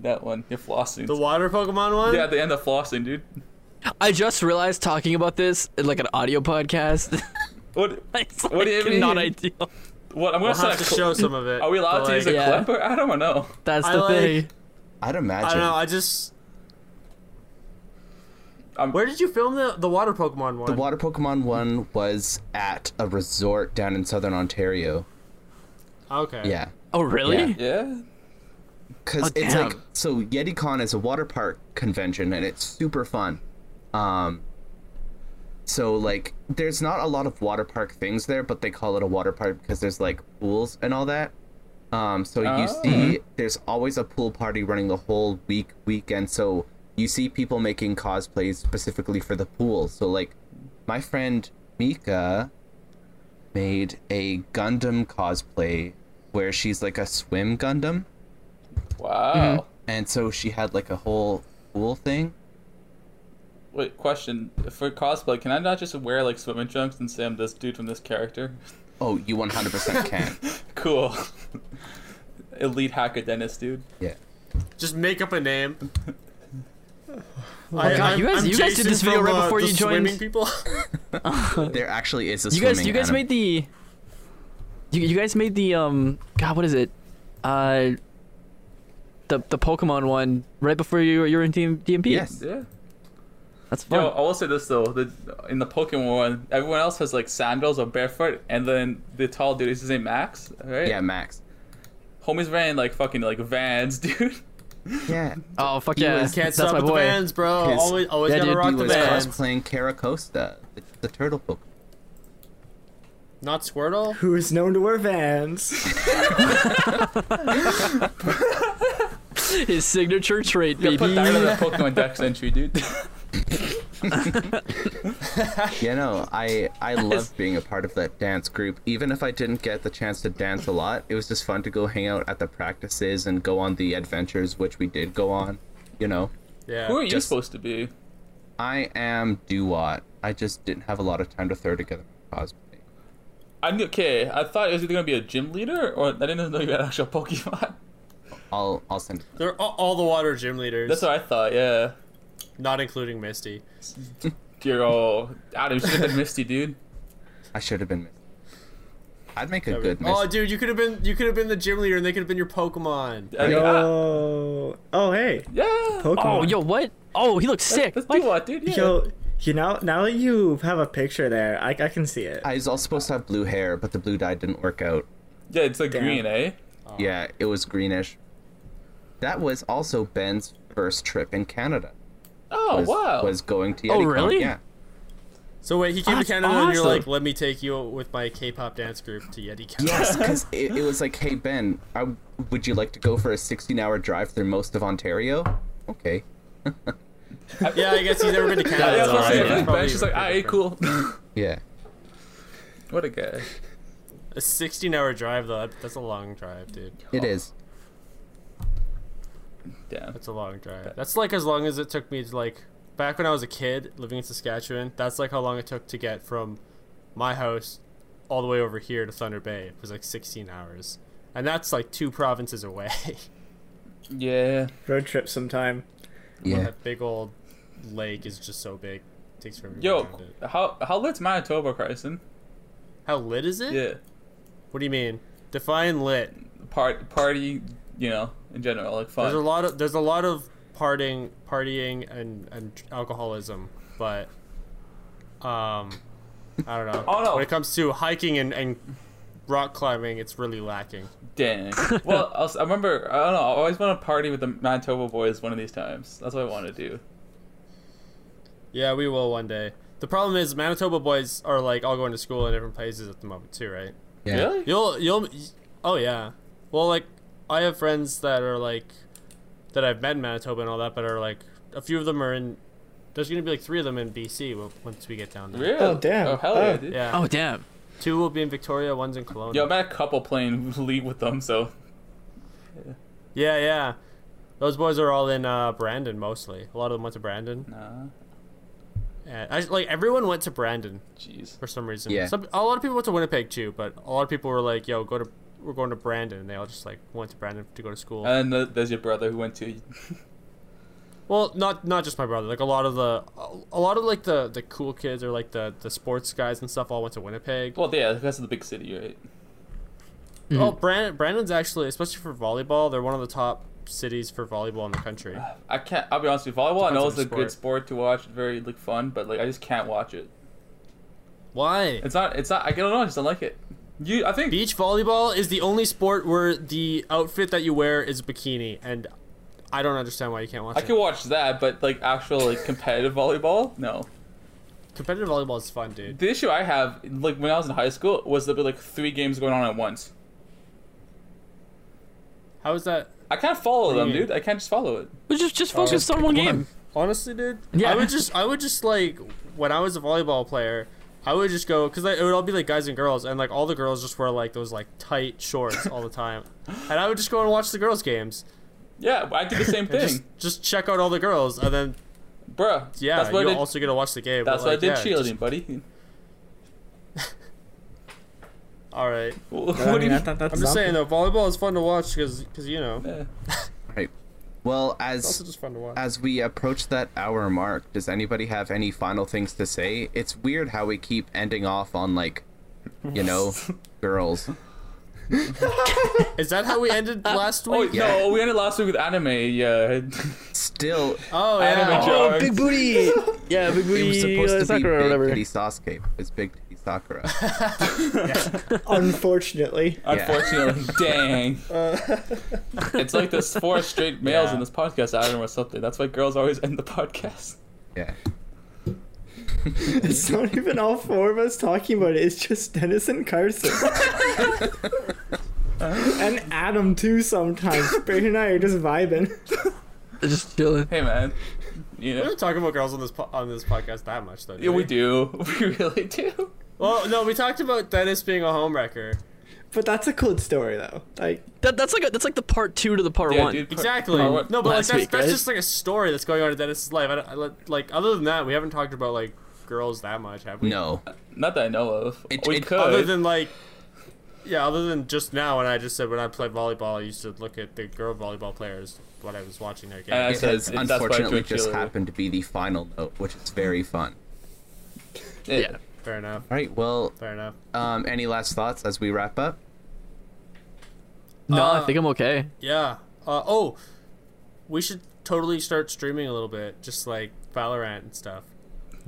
Speaker 3: That one. You're flossing.
Speaker 5: The water Pokemon one.
Speaker 3: yeah, at the end of flossing, dude.
Speaker 2: [laughs] I just realized talking about this in like an audio podcast. [laughs]
Speaker 3: What?
Speaker 2: it's
Speaker 3: What do you
Speaker 2: like, not
Speaker 3: mean?
Speaker 2: ideal.
Speaker 3: What? I'm gonna
Speaker 5: We'll
Speaker 3: send
Speaker 5: have
Speaker 3: a
Speaker 5: to
Speaker 3: cl-
Speaker 5: show some of
Speaker 3: [laughs]
Speaker 5: it.
Speaker 3: Are we allowed
Speaker 5: but,
Speaker 3: to use a
Speaker 5: like,
Speaker 2: Yeah.
Speaker 3: clip or I don't know.
Speaker 2: That's
Speaker 5: I
Speaker 2: the
Speaker 5: like-
Speaker 2: thing.
Speaker 4: I'd
Speaker 5: I
Speaker 4: imagine.
Speaker 5: don't know. I just.
Speaker 3: I'm-
Speaker 5: Where did you film the the water Pokemon one?
Speaker 4: the water Pokemon one was at a resort down in southern Ontario.
Speaker 5: Okay.
Speaker 4: Yeah.
Speaker 2: Oh really?
Speaker 4: Yeah.
Speaker 3: Yeah.
Speaker 4: because
Speaker 2: Oh,
Speaker 4: it's like
Speaker 2: damn.
Speaker 4: so YetiCon is a water park convention and it's super fun. Um, so like there's not a lot of water park things there, but they call it a water park because there's like pools and all that. Um, so you
Speaker 3: Oh.
Speaker 4: see, there's always a pool party running the whole week weekend. So you see people making cosplays specifically for the pool. So like, my friend Mika made a Gundam cosplay where she's like a swim Gundam,
Speaker 3: Wow.
Speaker 4: and so she had like a whole pool thing.
Speaker 3: Wait, question for cosplay. Can I not just wear like swimming trunks and say I'm this dude from this character? [laughs]
Speaker 4: Oh, you 100% can.
Speaker 3: Cool. [laughs] Elite hacker dentist, dude.
Speaker 4: Yeah.
Speaker 5: Just make up a name.
Speaker 2: [laughs]
Speaker 1: I,
Speaker 2: God,
Speaker 5: I'm-
Speaker 2: you guys-
Speaker 5: I'm
Speaker 2: you guys did
Speaker 5: Jason
Speaker 2: this video
Speaker 5: from,
Speaker 2: right
Speaker 5: uh,
Speaker 2: before
Speaker 5: the
Speaker 2: you joined.
Speaker 5: swimming people. [laughs]
Speaker 4: There actually is a
Speaker 2: You
Speaker 4: swimming
Speaker 2: guys, you guys
Speaker 4: anim-
Speaker 2: made the. You, you guys made the um God what is it, uh. The the Pokemon one right before you were- you were in DM, DMP.
Speaker 4: Yes.
Speaker 3: Yeah.
Speaker 2: that's fun.
Speaker 3: Yo, I will say this though. The, in the Pokemon one, everyone else has like sandals or barefoot, and then the tall dude is his name Max, right?
Speaker 4: Yeah, Max.
Speaker 3: Homies ran like fucking like vans, [laughs] dude.
Speaker 4: Yeah.
Speaker 2: oh fuck yeah,
Speaker 4: was-
Speaker 5: Can't
Speaker 2: that's
Speaker 5: stop
Speaker 2: my
Speaker 5: with the
Speaker 2: boy.
Speaker 5: bands, bro.
Speaker 4: His-
Speaker 5: Always, always
Speaker 2: Yeah,
Speaker 5: gotta
Speaker 2: dude,
Speaker 5: rock
Speaker 4: He
Speaker 5: the
Speaker 4: was
Speaker 5: bands.
Speaker 4: cosplaying Caracosta, the, the turtle Pokemon.
Speaker 5: Not
Speaker 1: [laughs]
Speaker 5: Squirtle.
Speaker 1: who is known to wear Vans.
Speaker 2: [laughs] His signature trait,
Speaker 3: Yeah,
Speaker 2: baby.
Speaker 3: put that in the Pokemon Dex entry, dude.
Speaker 4: You know, I I loved being a part of that dance group. Even if I didn't get the chance to dance a lot, it was just fun to go hang out at the practices and go on the adventures, which we did go on. You know,
Speaker 5: Yeah.
Speaker 3: [laughs] Who are you
Speaker 4: Just-
Speaker 3: supposed to be?
Speaker 4: I am Duwat. I just didn't have a lot of time to throw together my cosplay.
Speaker 3: I knew, okay, I thought it was either gonna be a gym leader or I didn't know you had actual Pokemon.
Speaker 4: I'll I'll send. it.
Speaker 5: They're all, all the water gym leaders,
Speaker 3: That's what I thought, yeah.
Speaker 5: not including Misty.
Speaker 3: Girl, Adam, you should have been Misty, dude.
Speaker 4: I should have been. Missed. I'd make a good miss.
Speaker 5: Oh, dude, you could have been you could have been the gym leader, and they could have been your Pokemon.
Speaker 3: I mean, ah,
Speaker 1: Yo. Oh hey.
Speaker 3: yeah.
Speaker 1: Pokemon.
Speaker 2: oh yo what? Oh he looks sick.
Speaker 3: Let's
Speaker 2: What?
Speaker 3: do what, dude? Yeah.
Speaker 1: Yo, you know now that you have a picture there, I, I can see it.
Speaker 4: I was also supposed to have blue hair, but the blue dye didn't work out.
Speaker 3: yeah, it's like green, eh?
Speaker 4: Yeah, it was greenish. That was also Ben's first trip in Canada.
Speaker 3: Oh,
Speaker 4: Was,
Speaker 3: wow.
Speaker 4: Was going to.
Speaker 2: Oh,
Speaker 4: Yeticon,
Speaker 2: really?
Speaker 4: Yeah.
Speaker 5: So wait, he came
Speaker 2: That's
Speaker 5: to Canada, and you're
Speaker 2: awesome.
Speaker 5: like, "Let me take you with my K-pop dance group to Yeti." Camp."
Speaker 4: Yes, because it, it was like, hey Ben, I, would you like to go for a 16-hour drive through most of Ontario? Okay.
Speaker 5: [laughs]
Speaker 3: [laughs]
Speaker 5: Yeah, I guess he's never been to Canada.
Speaker 3: yeah, yeah, I was
Speaker 5: so
Speaker 3: gonna say,
Speaker 5: that's
Speaker 3: yeah.
Speaker 5: probably
Speaker 3: Ben's just like,
Speaker 5: even
Speaker 3: alright,
Speaker 5: different.
Speaker 3: cool. [laughs]
Speaker 4: Yeah.
Speaker 3: what a guy.
Speaker 5: A 16-hour drive though, that- that's a long drive, dude.
Speaker 4: It is.
Speaker 3: Damn.
Speaker 5: That's a long drive. That's like as long as it took me to like back when I was a kid living in Saskatchewan. That's like how long it took to get from my house all the way over here to Thunder Bay. It was like 16 hours, and that's like two provinces away. [laughs]
Speaker 3: Yeah.
Speaker 1: Road trip sometime.
Speaker 4: Yeah.
Speaker 5: that big old lake is just so big. Takes forever. to
Speaker 3: Yo,
Speaker 5: drive it.
Speaker 3: how how lit's Manitoba, Carson?
Speaker 5: how lit is it?
Speaker 3: Yeah.
Speaker 5: What do you mean? Define lit.
Speaker 3: Part, party, you know, in general, like fun.
Speaker 5: There's a lot of there's a lot of partying, partying, and and alcoholism, but um, I don't know.
Speaker 3: Oh, no.
Speaker 5: When it comes to hiking and and rock climbing, it's really lacking. [laughs]
Speaker 3: Dang. Well, I, was- I remember. I don't know. I always want to party with the Manitoba boys one of these times. That's what I want to do.
Speaker 5: Yeah, we will one day. The problem is Manitoba boys are like all going to school in different places at the moment too, right?
Speaker 4: Yeah.
Speaker 3: Really?
Speaker 5: You'll you'll oh yeah. Well, like I have friends that are like that I've met in Manitoba and all that, but are like a few of them are in. There's gonna be like three of them in BC w- once we get down there.
Speaker 3: Really?
Speaker 1: Oh, damn.
Speaker 3: Oh hell yeah,
Speaker 1: Oh.
Speaker 3: dude.
Speaker 5: Yeah.
Speaker 2: Oh damn.
Speaker 5: Two will be in Victoria, one's in Kelowna.
Speaker 3: Yo, I met a couple playing [laughs] league with them, so
Speaker 5: yeah, yeah. Those boys are all in uh, Brandon mostly. A lot of them went to Brandon.
Speaker 3: nah.
Speaker 5: And I, like everyone went to Brandon
Speaker 3: Jeez.
Speaker 5: for some reason.
Speaker 4: Yeah.
Speaker 5: Some, a lot of people went to Winnipeg too, but a lot of people were like, "Yo, go to we're going to Brandon," and they all just like went to Brandon to go to school.
Speaker 3: And then the, there's your brother who went to.
Speaker 5: well, not not just my brother. Like a lot of the a lot of like the the cool kids or like the the sports guys and stuff all went to Winnipeg.
Speaker 3: Well, mm-hmm. yeah, that's the big city, right?
Speaker 5: Oh, Brandon Brandon's actually especially for volleyball, they're one of the top cities for volleyball in the country.
Speaker 3: I can't. I'll be honest with you. Volleyball, I know it's a
Speaker 5: Depends on the
Speaker 3: good sport to watch, very like fun, but like I just can't watch it.
Speaker 5: Why?
Speaker 3: It's not. It's not. I don't know. I just don't like it. You, I think.
Speaker 5: Beach volleyball is the only sport where the outfit that you wear is a bikini, and I don't understand why you can't watch
Speaker 3: I
Speaker 5: it.
Speaker 3: could watch that, but like actual like competitive volleyball, no.
Speaker 5: Competitive volleyball is fun, dude.
Speaker 3: The issue I have, like when I was in high school, was there'd be like three games going on at once.
Speaker 5: How is that?
Speaker 3: I can't follow
Speaker 5: do you
Speaker 3: them,
Speaker 5: mean?
Speaker 3: dude. I can't just follow it.
Speaker 2: Well, Just just
Speaker 3: Oh,
Speaker 2: focus on one game.
Speaker 5: Honestly, dude.
Speaker 2: Yeah.
Speaker 5: I would just, I would just like when I was a volleyball player, I would just go because like, it would all be like guys and girls, and like all the girls just wear like those like tight shorts all the time, and I would just go and watch the girls' games,
Speaker 3: Yeah, I did the
Speaker 5: [laughs]
Speaker 3: same thing,
Speaker 5: just just check out all the girls, and then
Speaker 3: bruh.
Speaker 5: yeah,
Speaker 3: that's what I
Speaker 5: you
Speaker 3: did.
Speaker 5: also get to watch the game. but,
Speaker 3: that's what I
Speaker 5: like,
Speaker 3: did
Speaker 5: yeah,
Speaker 3: shielding,
Speaker 5: just-
Speaker 3: buddy.
Speaker 5: all right,
Speaker 3: [laughs] What
Speaker 1: I
Speaker 3: do
Speaker 1: mean,
Speaker 3: you?
Speaker 1: I thought that's
Speaker 5: I'm
Speaker 1: not-
Speaker 5: just saying though, volleyball is fun to watch because you know it's
Speaker 3: Yeah.
Speaker 4: Right. Well, as
Speaker 5: also just fun to watch.
Speaker 4: as we approach that hour mark, does anybody have any final things to say? It's weird how we keep ending off on like, you know, girls.
Speaker 5: Is that how we ended last
Speaker 3: Oh
Speaker 5: week?
Speaker 3: no, we ended last week with anime. Yeah, [laughs]
Speaker 4: Still,
Speaker 2: Uh,
Speaker 5: Oh
Speaker 3: anime
Speaker 5: yeah.
Speaker 3: jokes.
Speaker 2: Big booty. Yeah, big
Speaker 4: it
Speaker 2: booty.
Speaker 4: was supposed
Speaker 2: uh,
Speaker 4: to be
Speaker 2: Sakura or
Speaker 4: Big
Speaker 2: whatever.
Speaker 4: Titty Sasuke. It's Big
Speaker 2: [laughs]
Speaker 4: Titty Sakura.
Speaker 1: [laughs] Unfortunately.
Speaker 3: [laughs] Unfortunately, dang. It's like there's four
Speaker 5: [laughs]
Speaker 3: straight males
Speaker 5: Yeah.
Speaker 3: in this podcast, Adam, or something. That's why girls always end the podcast. [laughs]
Speaker 4: Yeah.
Speaker 1: It's not even all four of us talking about it. It's just Dennis and Carson. and Adam too sometimes. Brayden and I are just vibing.
Speaker 2: Just chilling.
Speaker 3: Hey, man. You
Speaker 5: We
Speaker 3: know,
Speaker 5: [laughs] don't talk about girls on this po- on this podcast that much though.
Speaker 3: yeah, we do. [laughs] We really do.
Speaker 5: Well, no, we talked about Dennis being a homewrecker.
Speaker 1: But that's a cool story though. Like
Speaker 2: That, that's like a, that's like the part two to the part
Speaker 3: Yeah,
Speaker 2: one.
Speaker 3: dude, part-
Speaker 5: Exactly.
Speaker 3: part one-
Speaker 5: no, but like,
Speaker 2: Last
Speaker 5: that's,
Speaker 2: week,
Speaker 5: that's
Speaker 2: right?
Speaker 5: just like a story that's going on in Dennis's life. I don't, I, let- like other than that, we haven't talked about like girls that much, have
Speaker 4: [laughs]
Speaker 5: we?
Speaker 4: No.
Speaker 3: Not that I know of.
Speaker 4: It-
Speaker 3: we
Speaker 4: it-
Speaker 3: could.
Speaker 5: Other than like, yeah, other than just now when I just said when I played volleyball, I used to look at the girl volleyball players when I was watching their game.
Speaker 3: Uh,
Speaker 4: It
Speaker 3: So it's-
Speaker 4: has
Speaker 3: it's- that's why I
Speaker 4: unfortunately
Speaker 3: drew
Speaker 4: just
Speaker 3: Chili.
Speaker 4: happened to be the final note, which is very fun.
Speaker 3: yeah.
Speaker 2: yeah.
Speaker 5: fair enough.
Speaker 4: All right. Well,
Speaker 5: Fair enough.
Speaker 4: um, any last thoughts as we wrap up?
Speaker 2: No, I
Speaker 5: Uh,
Speaker 2: think I'm okay.
Speaker 5: Yeah. Uh, oh, we should totally start streaming a little bit, just like Valorant and stuff.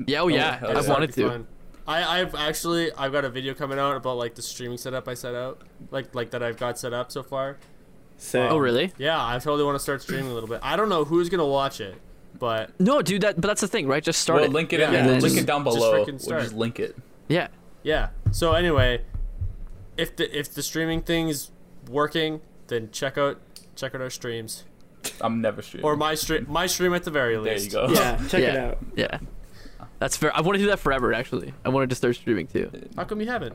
Speaker 2: Yeah, oh yeah,
Speaker 3: hell
Speaker 2: I've
Speaker 3: yeah.
Speaker 2: wanted to.
Speaker 5: I, I've actually I've got a video coming out about like the streaming setup I set out, like like that I've got set up so far.
Speaker 1: so
Speaker 2: Oh really?
Speaker 5: Yeah, I totally want to start streaming a little bit. I don't know who's gonna watch it, but
Speaker 2: No, dude. That but that's the thing, right? Just start
Speaker 3: We'll
Speaker 2: it.
Speaker 3: link it in.
Speaker 5: Yeah,
Speaker 3: we'll
Speaker 2: just-
Speaker 3: link it down
Speaker 5: just
Speaker 3: below.
Speaker 5: freaking
Speaker 3: We'll
Speaker 5: start.
Speaker 3: just link it.
Speaker 2: Yeah.
Speaker 5: yeah. So anyway, if the if the streaming thing's working, then check out check out our streams
Speaker 3: I'm never streaming.
Speaker 5: or my stream my stream at the very
Speaker 3: there
Speaker 5: least.
Speaker 3: you
Speaker 5: [laughs]
Speaker 3: go.
Speaker 1: yeah, check it
Speaker 2: Yeah.
Speaker 1: out.
Speaker 2: Yeah. That's fair. I want to do that forever, actually. I wanted to start streaming too.
Speaker 5: How come you haven't?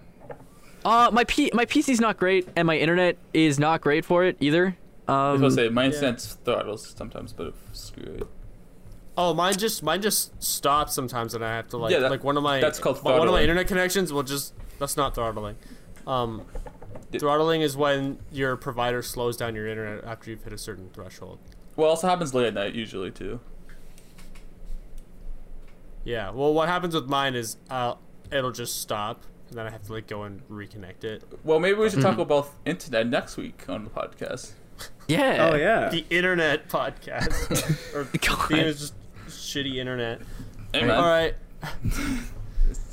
Speaker 2: Uh, my P- my PC's not great, and my internet is not great for it either.
Speaker 3: I was
Speaker 2: Um,
Speaker 3: gonna say my internet's throttles sometimes, but screw it.
Speaker 5: Oh, mine just mine just stops sometimes, and I have to like
Speaker 3: Yeah, that-
Speaker 5: like one of my
Speaker 3: that's called
Speaker 5: my- one of my
Speaker 3: throttling.
Speaker 5: internet connections will just that's not throttling. Um, throttling is when your provider slows down your internet after you've hit a certain threshold.
Speaker 3: Well, also happens late at night usually too.
Speaker 5: Yeah. Well, what happens with mine is uh, it'll just stop, and then I have to like go and reconnect it.
Speaker 3: Well, maybe we should talk about internet next week on the podcast.
Speaker 2: yeah.
Speaker 1: Oh yeah.
Speaker 5: The internet [laughs] podcast, or
Speaker 2: God.
Speaker 5: the is just shitty internet.
Speaker 3: Hey,
Speaker 5: All
Speaker 3: man. [laughs]
Speaker 5: right.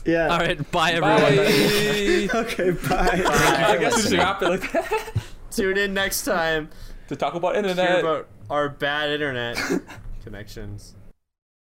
Speaker 1: Yeah.
Speaker 2: All right. Bye, everyone. [laughs]
Speaker 3: Bye.
Speaker 5: [laughs]
Speaker 1: Okay, bye.
Speaker 3: I guess we should wrap it like that [laughs]
Speaker 5: Tune in next time
Speaker 3: to talk about
Speaker 5: to hear
Speaker 3: internet.
Speaker 5: about our bad internet connections.